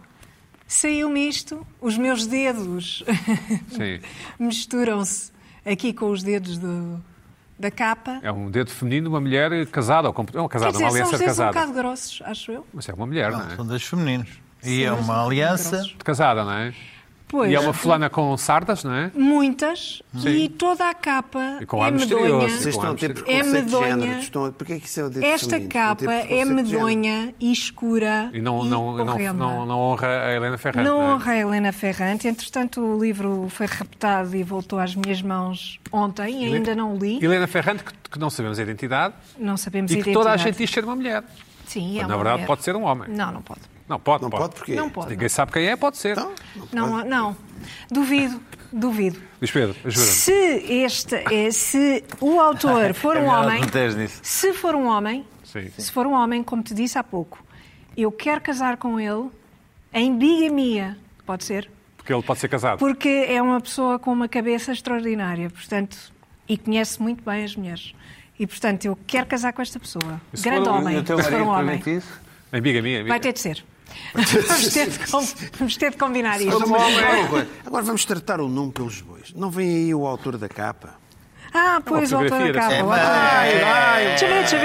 [SPEAKER 3] saiu-me isto, os meus dedos
[SPEAKER 1] Sim.
[SPEAKER 3] misturam-se aqui com os dedos do- da capa.
[SPEAKER 1] É um dedo feminino de uma mulher casada, ou com... não,
[SPEAKER 3] Quer
[SPEAKER 1] casada,
[SPEAKER 3] dizer,
[SPEAKER 1] uma
[SPEAKER 3] são
[SPEAKER 1] aliança
[SPEAKER 3] os
[SPEAKER 1] de
[SPEAKER 3] dedos um
[SPEAKER 1] casada.
[SPEAKER 3] bocado grossos, acho eu.
[SPEAKER 1] Mas é uma mulher, não, é?
[SPEAKER 4] São dois femininos. E
[SPEAKER 3] Sim, um
[SPEAKER 4] é
[SPEAKER 3] mas
[SPEAKER 4] uma
[SPEAKER 3] não
[SPEAKER 4] aliança.
[SPEAKER 3] grossos.
[SPEAKER 1] De casada, não é?
[SPEAKER 3] Pois,
[SPEAKER 1] E é uma fulana com sardas, não é?
[SPEAKER 3] muitas, e toda a capa
[SPEAKER 1] E com ar
[SPEAKER 3] é
[SPEAKER 1] misterioso.
[SPEAKER 3] medonha.
[SPEAKER 2] Vocês estão a ter
[SPEAKER 1] É
[SPEAKER 2] preconceito de
[SPEAKER 3] medonha.
[SPEAKER 2] género. Estão... Porquê é que isso é o dedo
[SPEAKER 3] Esta
[SPEAKER 2] feminino? Estão a ter
[SPEAKER 1] tipo
[SPEAKER 3] capa é
[SPEAKER 2] preconceito de género.
[SPEAKER 3] medonha e escura
[SPEAKER 1] E não, não, não,
[SPEAKER 3] horrenda.
[SPEAKER 1] não, não honra a Helena Ferrante.
[SPEAKER 3] Não
[SPEAKER 1] não é?
[SPEAKER 3] honra a Helena Ferrante. Entretanto, o livro foi repetado e voltou às minhas mãos ontem. E ainda não o li.
[SPEAKER 1] Helena Ferrante, que, que não sabemos a identidade,
[SPEAKER 3] Não sabemos
[SPEAKER 1] e que
[SPEAKER 3] identidade.
[SPEAKER 1] toda a gente diz ser uma mulher.
[SPEAKER 3] Sim, é
[SPEAKER 1] Mas,
[SPEAKER 3] uma
[SPEAKER 1] na verdade,
[SPEAKER 3] mulher.
[SPEAKER 1] pode ser um homem.
[SPEAKER 3] Não, não pode.
[SPEAKER 1] Não, pode,
[SPEAKER 2] Não pode porquê?
[SPEAKER 3] Não pode.
[SPEAKER 1] Ninguém sabe quem é, pode ser.
[SPEAKER 2] Então,
[SPEAKER 3] Não, não. Duvido, duvido.
[SPEAKER 1] Luís Pedro, ajuda-me.
[SPEAKER 3] Se este, eh, se o autor for
[SPEAKER 4] É
[SPEAKER 3] um
[SPEAKER 4] melhor
[SPEAKER 3] homem,
[SPEAKER 4] não teres nisso.
[SPEAKER 3] se for um homem,
[SPEAKER 1] Sim.
[SPEAKER 3] se for um homem, como te disse há pouco, eu quero casar com ele em bigamia, pode ser?
[SPEAKER 1] Porque ele pode ser casado.
[SPEAKER 3] Porque é uma pessoa com uma cabeça extraordinária, portanto, e conhece muito bem as mulheres. E, portanto, eu quero casar com esta pessoa.
[SPEAKER 1] se
[SPEAKER 3] Grande
[SPEAKER 1] for um-
[SPEAKER 3] homem,
[SPEAKER 4] E o teu
[SPEAKER 3] se for um
[SPEAKER 4] marido
[SPEAKER 3] homem.
[SPEAKER 4] permite isso?
[SPEAKER 1] Em biga minha.
[SPEAKER 3] Vai ter de ser. vamos, ter de com- vamos ter de combinar isto.
[SPEAKER 2] mas
[SPEAKER 4] é
[SPEAKER 2] uma-
[SPEAKER 4] um
[SPEAKER 2] uma coisa. Agora vamos tratar o nome pelos bois. Não vem aí o autor da capa?
[SPEAKER 3] Ah, pois, o autor da
[SPEAKER 1] fotografia,
[SPEAKER 3] capa.
[SPEAKER 1] deve
[SPEAKER 3] o autor da capa. Deixa eu ver, deixa eu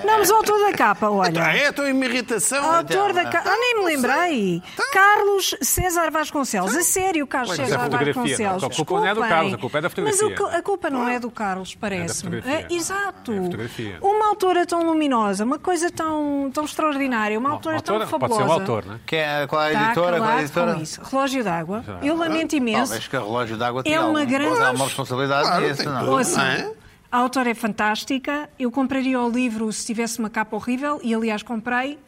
[SPEAKER 3] ver. Não, mas o autor da capa,
[SPEAKER 2] Ah,
[SPEAKER 3] olha.
[SPEAKER 2] é? Estou em uma irritação.
[SPEAKER 3] O autor da capa. Ah, nem me lembrei.
[SPEAKER 4] Então.
[SPEAKER 3] Carlos César Vasconcelos. A sério, Carlos
[SPEAKER 1] Pois, mas é
[SPEAKER 3] César
[SPEAKER 1] fotografia, não é?
[SPEAKER 3] Vasconcelos.
[SPEAKER 1] A culpa não é do Carlos, a
[SPEAKER 3] Desculpem.
[SPEAKER 1] culpa é da
[SPEAKER 3] Mas o
[SPEAKER 1] fotografia.
[SPEAKER 3] que- a culpa não é do Carlos, parece-me.
[SPEAKER 1] fotografia.
[SPEAKER 3] Ah, Exato.
[SPEAKER 1] É fotografia.
[SPEAKER 3] Uma autora tão luminosa, uma coisa tão, tão extraordinária, uma
[SPEAKER 1] Uma
[SPEAKER 3] autora tão
[SPEAKER 1] autora?
[SPEAKER 3] fabulosa.
[SPEAKER 1] Pode ser o autor, não é?
[SPEAKER 4] Quem é- qual é a
[SPEAKER 3] Está
[SPEAKER 4] editora? Qual é a
[SPEAKER 3] calado
[SPEAKER 4] editora?
[SPEAKER 3] Tá com isso. Relógio d'água.
[SPEAKER 1] Ah,
[SPEAKER 3] Eu lamento imenso.
[SPEAKER 4] Talvez que o relógio d'água
[SPEAKER 3] É
[SPEAKER 4] tenha
[SPEAKER 3] uma
[SPEAKER 4] algum-
[SPEAKER 3] grande-
[SPEAKER 4] há uma responsabilidade
[SPEAKER 2] Claro,
[SPEAKER 4] nisso,
[SPEAKER 2] tem
[SPEAKER 4] não.
[SPEAKER 2] tudo.
[SPEAKER 3] Ouça,
[SPEAKER 2] não é?
[SPEAKER 3] a autora é fantástica. Eu compraria o livro se tivesse uma capa horrível, e aliás comprei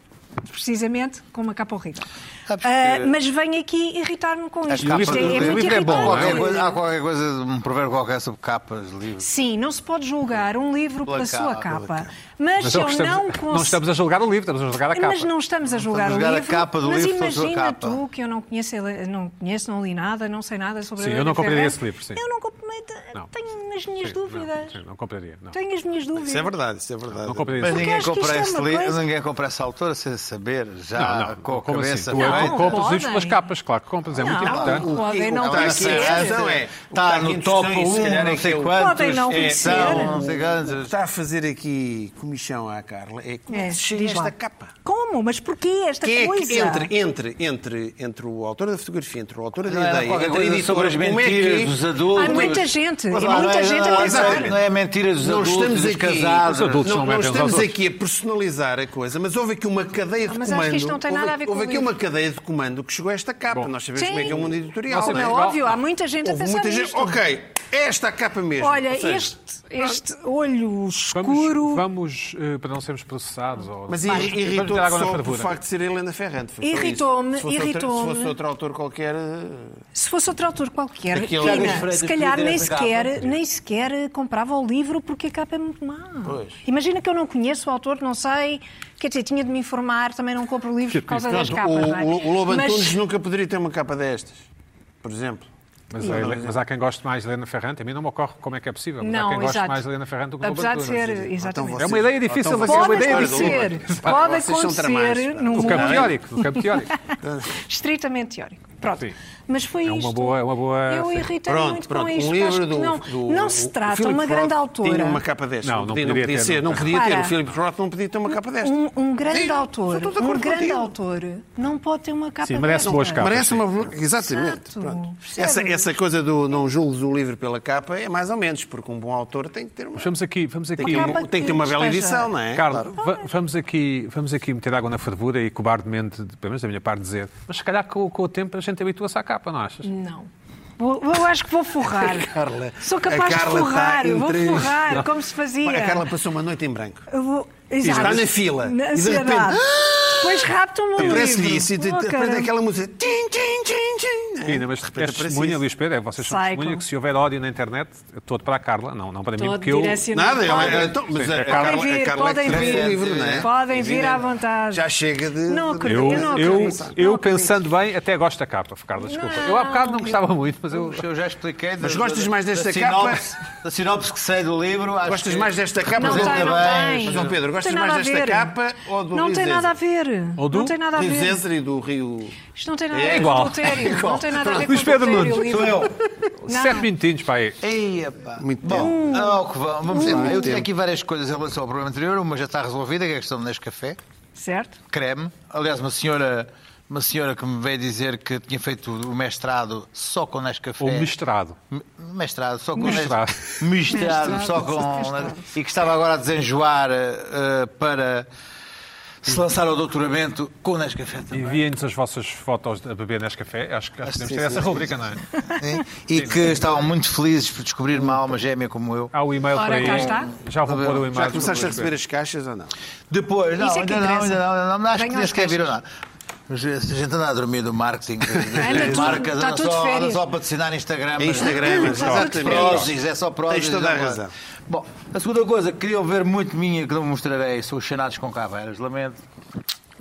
[SPEAKER 3] precisamente com uma capa horrível.
[SPEAKER 4] Sabes
[SPEAKER 3] Ah,
[SPEAKER 4] que-
[SPEAKER 3] mas venho aqui irritar-me com isto.
[SPEAKER 4] capa
[SPEAKER 3] Isto é,
[SPEAKER 4] do
[SPEAKER 3] é
[SPEAKER 4] livro
[SPEAKER 3] muito
[SPEAKER 1] é bom, não
[SPEAKER 3] irritante.
[SPEAKER 1] é?
[SPEAKER 4] Qualquer coisa- há qualquer coisa, um provérbio qualquer sobre capas de livros.
[SPEAKER 3] Sim, não se pode julgar um livro pela,
[SPEAKER 4] Pela
[SPEAKER 3] sua
[SPEAKER 4] capa,
[SPEAKER 3] capa. Mas,
[SPEAKER 1] Mas
[SPEAKER 3] se
[SPEAKER 1] é o
[SPEAKER 3] eu
[SPEAKER 1] que
[SPEAKER 3] não
[SPEAKER 1] estamos, não
[SPEAKER 3] consigo.
[SPEAKER 1] estamos a julgar o livro, estamos a julgar a capa.
[SPEAKER 3] Mas não estamos a julgar
[SPEAKER 4] estamos a
[SPEAKER 3] o
[SPEAKER 4] julgar a
[SPEAKER 3] livro.
[SPEAKER 4] capa do
[SPEAKER 3] mas
[SPEAKER 4] livro pela sua
[SPEAKER 3] imagina
[SPEAKER 4] capa.
[SPEAKER 3] tu que eu não conheço, ele- não conheço, não li nada, não sei nada sobre
[SPEAKER 1] Sim,
[SPEAKER 3] a
[SPEAKER 1] eu
[SPEAKER 3] Helena
[SPEAKER 1] não compraria
[SPEAKER 3] Ferrante.
[SPEAKER 1] esse livro, sim.
[SPEAKER 3] Eu não comp- eh,
[SPEAKER 1] Não.
[SPEAKER 3] Tenho as minhas
[SPEAKER 1] Sim, Não,
[SPEAKER 3] dúvidas.
[SPEAKER 1] sim, não compraria. Não,
[SPEAKER 3] Tenho as minhas dúvidas.
[SPEAKER 2] Isso é verdade, isso é verdade.
[SPEAKER 1] não compraria.
[SPEAKER 4] Mas
[SPEAKER 1] isso.
[SPEAKER 3] Porque
[SPEAKER 4] ninguém
[SPEAKER 3] acho que
[SPEAKER 4] compra,
[SPEAKER 3] isto é
[SPEAKER 4] esse
[SPEAKER 3] uma
[SPEAKER 4] livro,
[SPEAKER 3] coisa-
[SPEAKER 4] ninguém compra essa altura sem saber, já
[SPEAKER 1] Não, não,
[SPEAKER 4] com a
[SPEAKER 1] como
[SPEAKER 4] cabeça.
[SPEAKER 1] assim? Tu é que
[SPEAKER 3] Não,
[SPEAKER 1] compras os livros
[SPEAKER 3] podem.
[SPEAKER 1] pelas capas, claro que compras, é muito
[SPEAKER 3] Não,
[SPEAKER 2] Ah,
[SPEAKER 4] Tá?
[SPEAKER 1] importante.
[SPEAKER 3] não podem não
[SPEAKER 2] Então,
[SPEAKER 3] é
[SPEAKER 4] Está,
[SPEAKER 3] conhecer.
[SPEAKER 2] é
[SPEAKER 3] é
[SPEAKER 2] Tá
[SPEAKER 4] está é, tá no top 1, não sei quantos.
[SPEAKER 3] Podem não
[SPEAKER 4] é, são,
[SPEAKER 3] conhecer.
[SPEAKER 4] não sei
[SPEAKER 2] O que
[SPEAKER 4] quantos.
[SPEAKER 2] está a fazer aqui comissão à Carla é como é,
[SPEAKER 3] É,
[SPEAKER 2] se chega a
[SPEAKER 3] diz
[SPEAKER 2] esta
[SPEAKER 3] lá.
[SPEAKER 2] capa.
[SPEAKER 3] Como? Mas porquê esta
[SPEAKER 2] Que é
[SPEAKER 3] coisa?
[SPEAKER 2] que entre, entre, entre, entre o autor da fotografia, entre o autor da
[SPEAKER 4] Não era
[SPEAKER 2] ideia,
[SPEAKER 4] qualquer
[SPEAKER 2] é entre a
[SPEAKER 4] coisa
[SPEAKER 2] editora,
[SPEAKER 4] sobre as
[SPEAKER 2] como é
[SPEAKER 4] mentiras
[SPEAKER 2] que-
[SPEAKER 4] dos adultos.
[SPEAKER 3] Há muita gente,
[SPEAKER 4] Mas
[SPEAKER 3] e
[SPEAKER 4] lá,
[SPEAKER 3] muita
[SPEAKER 4] não é-
[SPEAKER 3] gente assim. a
[SPEAKER 4] não é-
[SPEAKER 3] pensar.
[SPEAKER 4] Não é mentiras dos
[SPEAKER 2] Não
[SPEAKER 4] adultos,
[SPEAKER 2] estamos
[SPEAKER 4] dos
[SPEAKER 2] aqui,
[SPEAKER 4] casados.
[SPEAKER 1] Os adultos
[SPEAKER 2] não,
[SPEAKER 1] não
[SPEAKER 2] não
[SPEAKER 1] metem os
[SPEAKER 2] estamos
[SPEAKER 1] outros.
[SPEAKER 2] aqui a personalizar a coisa, mas houve aqui uma cadeia de
[SPEAKER 3] Ah, mas
[SPEAKER 2] comando.
[SPEAKER 3] acho que isto não tem nada
[SPEAKER 2] houve,
[SPEAKER 3] a ver com
[SPEAKER 2] houve
[SPEAKER 3] o
[SPEAKER 2] aqui
[SPEAKER 3] livro.
[SPEAKER 2] uma cadeia de comando que chegou a esta capa.
[SPEAKER 1] Bom.
[SPEAKER 2] Nós sabemos
[SPEAKER 3] Sim.
[SPEAKER 2] como é que é o mundo editorial.
[SPEAKER 1] Nós
[SPEAKER 2] não é?
[SPEAKER 3] Como é
[SPEAKER 1] Igual.
[SPEAKER 3] óbvio, há muita gente a
[SPEAKER 2] Houve
[SPEAKER 3] pensar
[SPEAKER 2] muita gente.
[SPEAKER 3] nisto.
[SPEAKER 2] Ok, é esta a capa mesmo.
[SPEAKER 3] Olha,
[SPEAKER 2] Ou seja,
[SPEAKER 3] este, este olho
[SPEAKER 1] Vamos,
[SPEAKER 3] escuro
[SPEAKER 1] vamos, eh, para não sermos processados. Ou...
[SPEAKER 2] Mas
[SPEAKER 1] Vamos
[SPEAKER 2] irri- irritou-te
[SPEAKER 1] tirar água na
[SPEAKER 2] só o
[SPEAKER 1] fervura.
[SPEAKER 2] facto de ser Helena Ferrante. foi só isso.
[SPEAKER 3] Irritou-me,
[SPEAKER 2] Se fosse outra-
[SPEAKER 3] irritou-me.
[SPEAKER 2] Se fosse outro autor qualquer. eh,
[SPEAKER 3] Se fosse outro autor qualquer,
[SPEAKER 2] Aquele-
[SPEAKER 3] Pina,
[SPEAKER 2] Freitas
[SPEAKER 5] Freitas
[SPEAKER 3] se calhar
[SPEAKER 5] podia
[SPEAKER 3] nem
[SPEAKER 5] ter essa
[SPEAKER 3] sequer, nem sequer comprava o livro porque a capa é muito má. Imagina que eu não conheço o autor, não sei, quer dizer, tinha de me informar, também não compro livros por causa das
[SPEAKER 2] Pronto,
[SPEAKER 3] capas. não é?
[SPEAKER 2] o, o, o Lobo
[SPEAKER 3] Mas-
[SPEAKER 2] Antunes nunca poderia ter uma capa destas, por exemplo.
[SPEAKER 1] Mas, a Helena- mas há quem goste mais de Helena Ferrante. A mim não me ocorre como é que é possível. Mas há quem
[SPEAKER 3] Não,
[SPEAKER 1] goste
[SPEAKER 3] exato.
[SPEAKER 1] mais de Helena Ferrante do que do
[SPEAKER 3] Apesar de
[SPEAKER 1] Bertolucci.
[SPEAKER 3] ser,
[SPEAKER 2] um Então
[SPEAKER 3] exatamente.
[SPEAKER 1] É uma ideia difícil, mas é uma
[SPEAKER 3] Pode
[SPEAKER 1] ideia
[SPEAKER 3] acontecer,
[SPEAKER 1] difícil.
[SPEAKER 3] pode
[SPEAKER 2] Vocês são
[SPEAKER 3] acontecer
[SPEAKER 2] tramados, pá.
[SPEAKER 3] num
[SPEAKER 1] O campo
[SPEAKER 3] mundo
[SPEAKER 1] teórico, o campo teórico.
[SPEAKER 3] estritamente teórico. Pronto.
[SPEAKER 1] Sim.
[SPEAKER 3] Mas foi
[SPEAKER 1] É uma
[SPEAKER 3] isto.
[SPEAKER 1] boa- é uma boa-
[SPEAKER 3] Eu
[SPEAKER 1] sim.
[SPEAKER 3] irritei
[SPEAKER 2] Pronto,
[SPEAKER 3] muito
[SPEAKER 2] pronto.
[SPEAKER 3] com
[SPEAKER 2] Um
[SPEAKER 3] isto.
[SPEAKER 2] livro
[SPEAKER 3] acho que
[SPEAKER 2] do-
[SPEAKER 3] não,
[SPEAKER 2] do-
[SPEAKER 3] não
[SPEAKER 2] o-
[SPEAKER 3] se
[SPEAKER 2] o
[SPEAKER 3] trata
[SPEAKER 2] Philip
[SPEAKER 3] uma grande
[SPEAKER 2] Roth
[SPEAKER 3] autora.
[SPEAKER 2] Tinha uma capa destas.
[SPEAKER 1] Não, não podia ter,
[SPEAKER 2] ser.
[SPEAKER 1] não.
[SPEAKER 2] Não podia ter.
[SPEAKER 3] Repara.
[SPEAKER 2] O Philip Roth não podia ter uma capa destas.
[SPEAKER 3] Um, um grande
[SPEAKER 2] Digo,
[SPEAKER 3] autor,
[SPEAKER 2] estou de
[SPEAKER 3] um
[SPEAKER 2] acordo
[SPEAKER 3] grande
[SPEAKER 2] contigo.
[SPEAKER 3] autor, não pode ter uma capa
[SPEAKER 1] Sim, merece
[SPEAKER 3] desta.
[SPEAKER 1] boas capas.
[SPEAKER 2] Merece uma. Exatamente.
[SPEAKER 3] Exato,
[SPEAKER 2] Pronto.
[SPEAKER 3] percebes?
[SPEAKER 2] Essa, essa coisa do não julgues o livro pela capa é mais ou menos, porque um bom autor tem que ter uma.
[SPEAKER 1] Vamos aqui, vamos
[SPEAKER 2] Tem
[SPEAKER 1] aqui. um-
[SPEAKER 2] que, ter
[SPEAKER 3] capa
[SPEAKER 2] uma- tem que ter uma bela
[SPEAKER 3] despeja.
[SPEAKER 2] edição, não é?
[SPEAKER 1] Carlos,
[SPEAKER 2] Claro.
[SPEAKER 1] va- vamos, aqui, vamos aqui meter água na fervura e cobardemente, pelo menos da minha parte, dizer. Mas se calhar com, com o tempo a gente habitua-se à capa, não achas?
[SPEAKER 3] Não. Vou- Eu acho que vou forrar.
[SPEAKER 2] Carla-
[SPEAKER 3] Sou
[SPEAKER 2] a
[SPEAKER 3] capaz de
[SPEAKER 2] Carla
[SPEAKER 3] forrar,
[SPEAKER 2] está
[SPEAKER 3] vou
[SPEAKER 2] entre-
[SPEAKER 3] forrar, como se fazia.
[SPEAKER 2] A Carla passou uma noite em branco.
[SPEAKER 3] Eu vou- Exato.
[SPEAKER 2] Está na fila. E de
[SPEAKER 3] Na ansiedade. Depois raptam-me o livro.
[SPEAKER 2] Aparece-lhe isso e de
[SPEAKER 3] Oh,
[SPEAKER 2] de repente
[SPEAKER 3] caramba.
[SPEAKER 2] aquela música. Tim, tim, tim, tim. não é?
[SPEAKER 1] Ainda, né, mas és
[SPEAKER 2] De repente aparece
[SPEAKER 1] testemunha,
[SPEAKER 2] isso.
[SPEAKER 1] Luís Pedro, é, vocês são
[SPEAKER 3] Psycho.
[SPEAKER 1] testemunha que se houver ódio na internet, eu todo para a Carla, não, não para mim,
[SPEAKER 3] Todo
[SPEAKER 1] porque eu.
[SPEAKER 3] direcionado.
[SPEAKER 2] Nada, ela-
[SPEAKER 3] Podem-
[SPEAKER 2] então, mas
[SPEAKER 1] Sim,
[SPEAKER 2] a,
[SPEAKER 1] a
[SPEAKER 2] a
[SPEAKER 1] Carla-
[SPEAKER 2] Carla, a
[SPEAKER 3] Podem vir,
[SPEAKER 2] Carla é que
[SPEAKER 3] podem
[SPEAKER 2] trouxe
[SPEAKER 3] vir.
[SPEAKER 2] o livro, não é?
[SPEAKER 3] Podem vir à vontade.
[SPEAKER 2] Já chega de.
[SPEAKER 3] Não acredito.
[SPEAKER 1] Eu,
[SPEAKER 3] Eu não
[SPEAKER 1] eu,
[SPEAKER 3] acredito. Não
[SPEAKER 1] eu
[SPEAKER 3] acredito.
[SPEAKER 1] pensando bem, até gosto da capa, Carla, desculpa.
[SPEAKER 3] Não.
[SPEAKER 1] eu há bocado não gostava muito, mas eu.
[SPEAKER 4] Eu já expliquei.
[SPEAKER 2] Mas
[SPEAKER 4] da-
[SPEAKER 2] gostas
[SPEAKER 4] da-
[SPEAKER 2] mais
[SPEAKER 4] da
[SPEAKER 2] desta
[SPEAKER 4] sinopse- Da sinopse que sei do livro. acho
[SPEAKER 2] Gostas
[SPEAKER 4] que-
[SPEAKER 2] mais desta capa?
[SPEAKER 3] Não
[SPEAKER 2] do-
[SPEAKER 3] tem, não tem.
[SPEAKER 2] Mas, ó Pedro,
[SPEAKER 3] Não
[SPEAKER 2] gostas
[SPEAKER 3] tem
[SPEAKER 2] mais
[SPEAKER 3] nada a
[SPEAKER 2] desta
[SPEAKER 3] ver.
[SPEAKER 2] capa ou do
[SPEAKER 3] Não
[SPEAKER 2] Rio
[SPEAKER 3] tem
[SPEAKER 2] Zezer?
[SPEAKER 3] nada a ver.
[SPEAKER 1] Ou do-
[SPEAKER 3] Não tem nada a
[SPEAKER 2] Rio
[SPEAKER 3] ver.
[SPEAKER 2] Zezer e do Rio.
[SPEAKER 3] Isto não tem nada a
[SPEAKER 2] É
[SPEAKER 3] ver
[SPEAKER 1] igual.
[SPEAKER 3] com adultério.
[SPEAKER 2] É igual.
[SPEAKER 3] Não tem nada a ver com
[SPEAKER 1] Luís Pedro
[SPEAKER 3] adultério,
[SPEAKER 1] Nunes,
[SPEAKER 3] livro.
[SPEAKER 4] sou
[SPEAKER 3] Não.
[SPEAKER 1] Sete minutinhos, é pai.
[SPEAKER 4] Ei, epá.
[SPEAKER 2] Muito
[SPEAKER 4] Bom,
[SPEAKER 2] tempo.
[SPEAKER 4] ao que vamos, vamos lá. Eu tinha aqui várias coisas em relação ao programa anterior. Uma já está resolvida, que é a questão do Nescafé.
[SPEAKER 3] Certo?
[SPEAKER 4] creme. Aliás, uma senhora, uma senhora que me veio dizer que tinha feito o mestrado só com Nescafé.
[SPEAKER 1] Ou um
[SPEAKER 3] É.
[SPEAKER 1] mestrado.
[SPEAKER 4] M- Mestrado, só com
[SPEAKER 1] Mestrado.
[SPEAKER 4] Nes- Mestrado, só com. E que estava agora a desenjoar eh, para se lançar ao doutoramento com Nescafé também.
[SPEAKER 1] Enviem-nos as vossas fotos a beber Nescafé. Acho que acho que podemos ter essa rubrica, não é?
[SPEAKER 4] hein? E que estavam muito felizes por descobrir uma alma gêmea como eu.
[SPEAKER 1] Há o e-mail
[SPEAKER 3] Ora,
[SPEAKER 1] para aí.
[SPEAKER 3] cá está.
[SPEAKER 1] Já vou pôr o e-mail.
[SPEAKER 2] Já começaste a receber as caixas ou não?
[SPEAKER 4] Depois, não,
[SPEAKER 3] Isso é que
[SPEAKER 4] ainda, não,
[SPEAKER 3] interessa.
[SPEAKER 4] ainda não, ainda não, acho que
[SPEAKER 3] Venham
[SPEAKER 4] nem
[SPEAKER 3] as
[SPEAKER 4] sequer viram
[SPEAKER 3] caixas.
[SPEAKER 4] nada. Mas eh, A gente anda a dormir do marketing, das
[SPEAKER 3] Anda tudo-
[SPEAKER 4] marcas,
[SPEAKER 3] está
[SPEAKER 4] anda
[SPEAKER 3] tudo de
[SPEAKER 4] só, anda
[SPEAKER 3] férias.
[SPEAKER 4] só a patrocinar Instagram.
[SPEAKER 2] É Instagram,
[SPEAKER 4] é só
[SPEAKER 2] exatamente.
[SPEAKER 4] prósis, é só prósis.
[SPEAKER 2] Tens toda a
[SPEAKER 4] não é?
[SPEAKER 2] razão.
[SPEAKER 4] Bom, a segunda coisa que queriam ver muito minha, que não mostrarei, são os chanados com caveiras, lamento.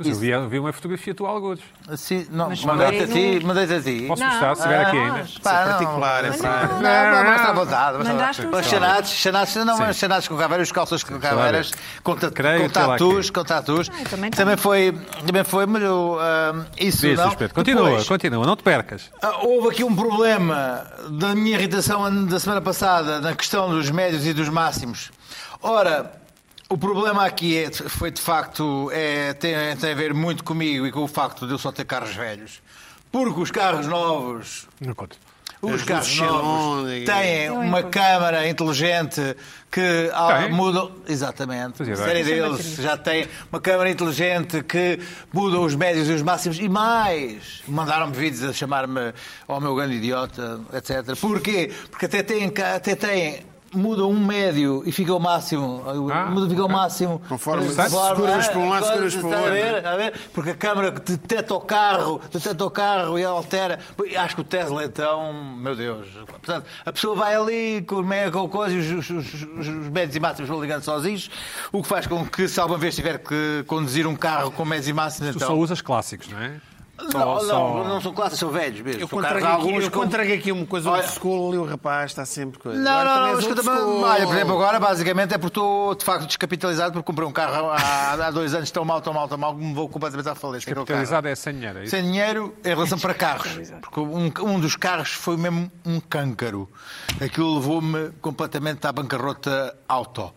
[SPEAKER 1] Mas eu vi, vi uma fotografia tua, Algures.
[SPEAKER 4] Assim, não,
[SPEAKER 3] Mas
[SPEAKER 4] mandei-te a
[SPEAKER 3] mandei
[SPEAKER 4] ti, mandei-te a ti. Ah,
[SPEAKER 1] Posso
[SPEAKER 3] Não.
[SPEAKER 1] mostrar, se estiver aqui ainda?
[SPEAKER 4] Pá, não,
[SPEAKER 2] Particular, é
[SPEAKER 4] Não,
[SPEAKER 2] para.
[SPEAKER 4] não, não, mas está à vontade. mas está à
[SPEAKER 3] Mandaste-me
[SPEAKER 4] vontade. Os
[SPEAKER 3] só.
[SPEAKER 4] chanados, chanados, não, mas chanados com caveiras, os calças com caveiras, com, ta-
[SPEAKER 1] Creio
[SPEAKER 4] com
[SPEAKER 1] que ela
[SPEAKER 4] tatus,
[SPEAKER 1] aqui.
[SPEAKER 4] com tatus.
[SPEAKER 3] Ah, eu também tenho.
[SPEAKER 4] Também foi, também foi, mas eu, ah, isso
[SPEAKER 1] Isso,
[SPEAKER 4] não.
[SPEAKER 1] Luís Pedro. Continua,
[SPEAKER 4] Depois,
[SPEAKER 1] continua, não te percas.
[SPEAKER 4] ah, Houve aqui um problema da minha irritação an- da semana passada na questão dos médios e dos máximos. Ora, o problema aqui é, foi de facto é, tem, tem a ver muito comigo e com o facto de eu só ter carros velhos. Porque os carros novos
[SPEAKER 1] Não conto.
[SPEAKER 4] os
[SPEAKER 2] As
[SPEAKER 4] carros
[SPEAKER 2] luzes
[SPEAKER 4] novos
[SPEAKER 2] xenon e-
[SPEAKER 4] têm
[SPEAKER 3] Eu
[SPEAKER 4] uma
[SPEAKER 3] encontro.
[SPEAKER 4] câmara inteligente que ah,
[SPEAKER 1] Tem.
[SPEAKER 4] mudam. Exatamente.
[SPEAKER 1] Fazia
[SPEAKER 4] A
[SPEAKER 1] bem.
[SPEAKER 4] série
[SPEAKER 3] Sem
[SPEAKER 4] deles
[SPEAKER 3] bateria.
[SPEAKER 4] já tem uma câmara inteligente que muda os médios e os máximos. E mais, mandaram-me vídeos a chamar-me ao meu grande idiota, etc. Porquê? Porque até têm. ca- Até têm Muda um médio e fica o máximo.
[SPEAKER 1] Ah,
[SPEAKER 4] muda, fica o
[SPEAKER 1] ok.
[SPEAKER 4] máximo.
[SPEAKER 2] Conforme-
[SPEAKER 4] escuras
[SPEAKER 2] seguras para um lado, seguras para o outro.
[SPEAKER 4] a ver? Porque a câmara que detecta o carro, detecta o carro e altera. Acho que o Tesla então, meu Deus. Portanto, a pessoa vai ali com o me- com o coisa e os, os, os- os médios e máximos vão ligando sozinhos, o que faz com que, se alguma vez tiver que conduzir um carro com médios e máximos,
[SPEAKER 1] Tu
[SPEAKER 4] então.
[SPEAKER 1] só usas clássicos, não é?
[SPEAKER 4] Não,
[SPEAKER 1] Só-
[SPEAKER 4] não,
[SPEAKER 1] só-
[SPEAKER 4] não são classes, são velhos mesmo.
[SPEAKER 2] Eu
[SPEAKER 4] São carros
[SPEAKER 2] contrago,
[SPEAKER 4] alguns
[SPEAKER 2] aqui, eu
[SPEAKER 4] com-
[SPEAKER 2] contrago aqui uma coisa
[SPEAKER 4] Olha-
[SPEAKER 2] old school e o rapaz está sempre coisa.
[SPEAKER 4] Não,
[SPEAKER 2] Agora
[SPEAKER 4] não,
[SPEAKER 2] também
[SPEAKER 4] não,
[SPEAKER 2] és
[SPEAKER 4] mas que eu
[SPEAKER 2] old
[SPEAKER 4] também.
[SPEAKER 2] school.
[SPEAKER 4] Olha, por exemplo, agora basicamente é porque estou de facto descapitalizado porque comprei um carro há, há dois anos tão mal, tão mal, tão mal, que me vou completamente à falência. aquele carro.
[SPEAKER 1] Capitalizado é sem dinheiro. é isso?
[SPEAKER 4] Sem dinheiro em relação para carros. Porque um, um dos carros foi mesmo um câncaro. Aquilo levou-me completamente à bancarrota auto.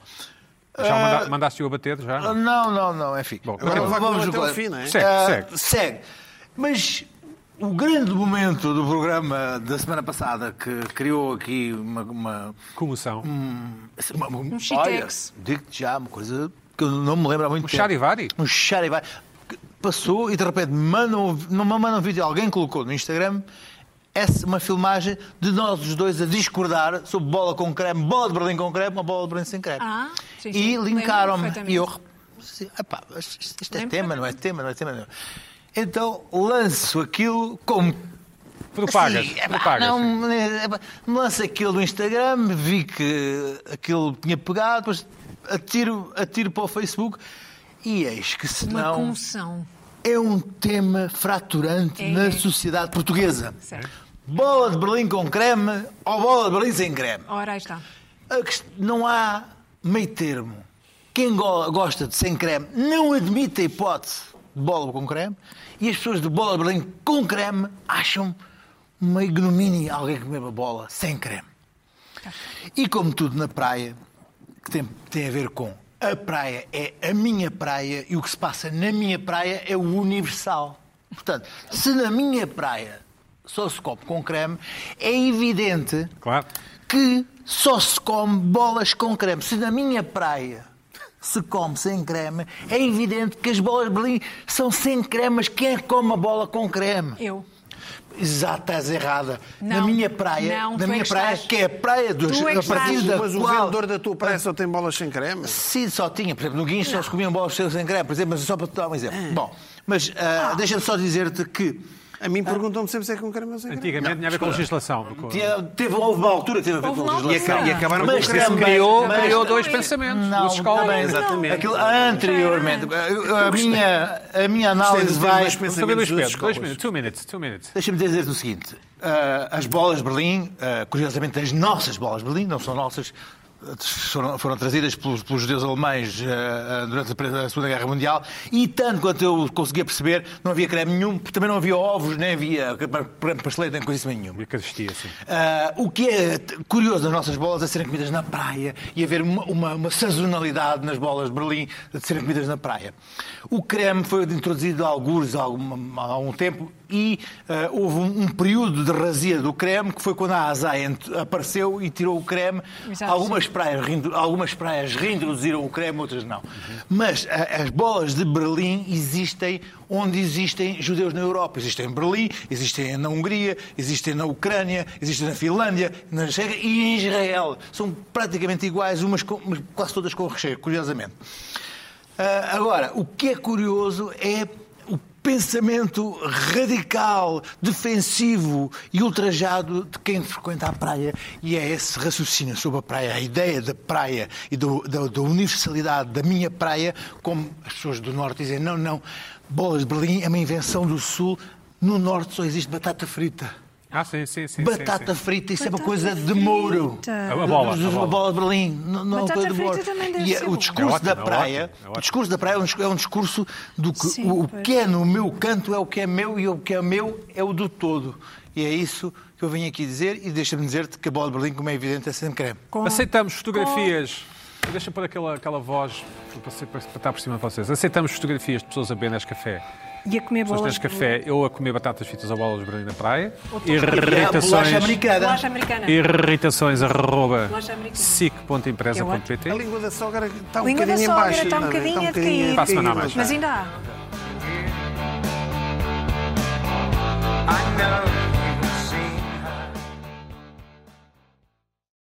[SPEAKER 1] Já o manda- mandaste-o abater? Já?
[SPEAKER 4] Ah, Não, não, não, enfim.
[SPEAKER 1] Bom,
[SPEAKER 4] Agora
[SPEAKER 1] então
[SPEAKER 2] vai com
[SPEAKER 4] vamos
[SPEAKER 2] ele até
[SPEAKER 4] agora.
[SPEAKER 2] o fim, não é?
[SPEAKER 1] Segue,
[SPEAKER 4] Ah,
[SPEAKER 1] segue.
[SPEAKER 4] segue. Mas o grande momento do programa da semana passada que criou aqui uma- uma
[SPEAKER 1] Comoção.
[SPEAKER 4] é uma, um
[SPEAKER 3] Um
[SPEAKER 4] uma, olha,
[SPEAKER 3] shitex.
[SPEAKER 4] digo-te já uma coisa que eu não me lembro há muito
[SPEAKER 1] Um
[SPEAKER 4] tempo.
[SPEAKER 1] charivari?
[SPEAKER 4] Um charivari. Que Passou e de repente manda um, não me manda um vídeo, alguém colocou no Instagram essa, uma filmagem de nós os dois a discordar sobre bola com creme, bola de Berlim com creme, uma bola de Berlim sem creme.
[SPEAKER 3] Ah, sim,
[SPEAKER 4] e
[SPEAKER 3] sim,
[SPEAKER 4] linkaram-me.
[SPEAKER 3] lembro
[SPEAKER 4] E eu assim, "Epá, isto isto é
[SPEAKER 3] Lembro
[SPEAKER 4] tema, não é tema, não é tema. Não. é." Então lanço aquilo como
[SPEAKER 1] Propagas.
[SPEAKER 4] Sim, epá,
[SPEAKER 1] propagas.
[SPEAKER 4] Assim, é não,
[SPEAKER 1] sim.
[SPEAKER 4] epá, me lancei aquilo do Instagram, vi que aquilo tinha pegado, depois atiro, atiro para o Facebook e eis que se
[SPEAKER 3] Uma
[SPEAKER 4] não
[SPEAKER 3] comoção.
[SPEAKER 4] é um tema fraturante
[SPEAKER 3] É.
[SPEAKER 4] na sociedade portuguesa.
[SPEAKER 3] Certo.
[SPEAKER 4] Bola de Berlim com creme ou bola de Berlim sem creme?
[SPEAKER 3] Ora, aí está.
[SPEAKER 4] A quest- Não há meio termo. Quem go- gosta de sem creme não admite a hipótese de bola com creme e as pessoas de bola de Berlim com creme acham uma ignomínia alguém comer uma bola sem creme. E como tudo na praia, que tem, tem a ver com a praia é a minha praia e o que se passa na minha praia é o universal. Portanto, se na minha praia só se come com creme, é evidente
[SPEAKER 1] Claro.
[SPEAKER 4] que só se come bolas com creme. Se na minha praia se come sem creme, é evidente que as bolas de Berlim são sem creme, mas quem é que come a bola com creme?
[SPEAKER 3] Eu.
[SPEAKER 4] Exato, estás errada. na
[SPEAKER 3] Não,
[SPEAKER 4] minha praia,
[SPEAKER 3] não,
[SPEAKER 4] na
[SPEAKER 3] tu é
[SPEAKER 4] minha
[SPEAKER 3] que
[SPEAKER 4] praia,
[SPEAKER 3] estás.
[SPEAKER 4] que é a praia dos
[SPEAKER 3] Tu é que
[SPEAKER 4] a partir
[SPEAKER 3] estás.
[SPEAKER 4] da
[SPEAKER 2] Mas o
[SPEAKER 4] qual...
[SPEAKER 2] vendedor da tua praia só tem bolas sem creme.
[SPEAKER 4] Sim, só tinha. Por exemplo, no Guincho só se comiam bolas sem creme, por exemplo, mas só para te dar um exemplo. Bom, mas ah, deixa-me só dizer-te que
[SPEAKER 2] A mim perguntam-me sempre se é com creme ou sem creme.
[SPEAKER 1] Antigamente tinha a ver com legislação. com-
[SPEAKER 4] Tinha- teve, um houve uma altura que teve a ver
[SPEAKER 3] Houve
[SPEAKER 4] com
[SPEAKER 3] uma
[SPEAKER 4] legislação.
[SPEAKER 3] altura. E aca- e
[SPEAKER 2] acabaram
[SPEAKER 4] Mas
[SPEAKER 2] com
[SPEAKER 1] isso.
[SPEAKER 4] também-
[SPEAKER 1] Criou-
[SPEAKER 4] mas-
[SPEAKER 1] criou dois pensamentos,
[SPEAKER 4] Não,
[SPEAKER 1] duas escolas.
[SPEAKER 4] também,
[SPEAKER 2] Exatamente.
[SPEAKER 4] Aquilo anteriormente. A, a minha, a minha
[SPEAKER 2] Gostei
[SPEAKER 4] análise
[SPEAKER 2] de ter
[SPEAKER 4] vai.
[SPEAKER 2] mais
[SPEAKER 1] Vamos saber, Luís
[SPEAKER 2] pensamentos das
[SPEAKER 1] Pedro. Dois
[SPEAKER 2] escolas.
[SPEAKER 1] minutos. Two minutes. Two minutes.
[SPEAKER 4] Deixa-me dizer-te o seguinte: ah, as bolas de Berlim, ah, curiosamente as nossas bolas de Berlim, não são nossas, ah, foram, foram trazidas pelos, pelos judeus alemães ah, ah, durante a pre- a Segunda Guerra Mundial, e tanto quanto eu conseguia perceber, não havia creme nenhum, porque também não havia ovos, nem havia pa- pa- pastelete, nem coisa assim nenhuma.
[SPEAKER 1] Eucaristia, sim.
[SPEAKER 4] Ah, o que é t- curioso nas nossas bolas a serem comidas na praia e haver uma, uma- uma sazonalidade nas bolas de Berlim de serem comidas na praia. O creme foi introduzido a algures há, algum- há algum tempo e ah, houve um, um período de razia do creme que foi quando a ASA ent- apareceu e tirou o creme.
[SPEAKER 3] Exato.
[SPEAKER 4] Algumas praias, reindu- algumas praias reintroduziram o creme, outras não. Mas ah, as bolas de Berlim existem onde existem judeus na Europa. Existem em Berlim, existem na Hungria, existem na Ucrânia, existem na Finlândia, na Checa e em Israel. São praticamente iguais, umas com- mas quase todas com recheio, curiosamente. Ah, agora, o que é curioso é o pensamento radical, defensivo e ultrajado de quem frequenta a praia. E é esse raciocínio sobre a praia, a ideia da praia e do- da, da universalidade da minha praia, como as pessoas do Norte dizem: não, não, bolas de Berlim é uma invenção do Sul, no Norte só existe batata frita.
[SPEAKER 1] Ah, sim, sim, sim. sim,
[SPEAKER 4] Batata
[SPEAKER 1] sim.
[SPEAKER 4] frita, isso é uma
[SPEAKER 3] Batata
[SPEAKER 4] coisa de
[SPEAKER 3] frita.
[SPEAKER 4] mouro.
[SPEAKER 1] A bola, a bola.
[SPEAKER 4] de Berlim. Não, não é uma
[SPEAKER 3] Batata
[SPEAKER 4] coisa de
[SPEAKER 3] frita
[SPEAKER 4] mouro.
[SPEAKER 3] também deve
[SPEAKER 4] E é-
[SPEAKER 3] ser
[SPEAKER 4] o
[SPEAKER 3] bom.
[SPEAKER 4] discurso
[SPEAKER 1] É ótimo,
[SPEAKER 4] da
[SPEAKER 1] é ótimo,
[SPEAKER 4] praia,
[SPEAKER 1] é ótimo.
[SPEAKER 4] o discurso da praia é um discurso, é um discurso do que
[SPEAKER 3] Sim,
[SPEAKER 4] o, o
[SPEAKER 3] pois.
[SPEAKER 4] que é no meu canto é o que é meu e o que é meu é o do todo. E é isso que eu venho aqui dizer e deixa-me dizer-te que a bola de Berlim, como é evidente, é sem creme.
[SPEAKER 3] Com-
[SPEAKER 1] Aceitamos fotografias. Deixa pôr aquela, aquela voz para, ser- para estar por cima de vocês. Aceitamos fotografias de pessoas a beber Nescafé.
[SPEAKER 3] E a comer
[SPEAKER 1] Pessoas
[SPEAKER 3] bolas.
[SPEAKER 1] de café, eu a comer batatas fitas ou bolas de Berlim na praia.
[SPEAKER 4] Bolacha
[SPEAKER 1] Irritações.
[SPEAKER 4] americana.
[SPEAKER 3] Bolacha americana.
[SPEAKER 1] Irritações arroba
[SPEAKER 3] Bolacha americana.
[SPEAKER 1] sic.empresa.pt
[SPEAKER 2] A língua da sogra está um
[SPEAKER 3] Língua da
[SPEAKER 2] bocadinho em
[SPEAKER 3] sogra
[SPEAKER 2] baixo.
[SPEAKER 3] está um bocadinho a decair.
[SPEAKER 1] Para a semana há mais.
[SPEAKER 3] Mas ainda há.
[SPEAKER 6] I know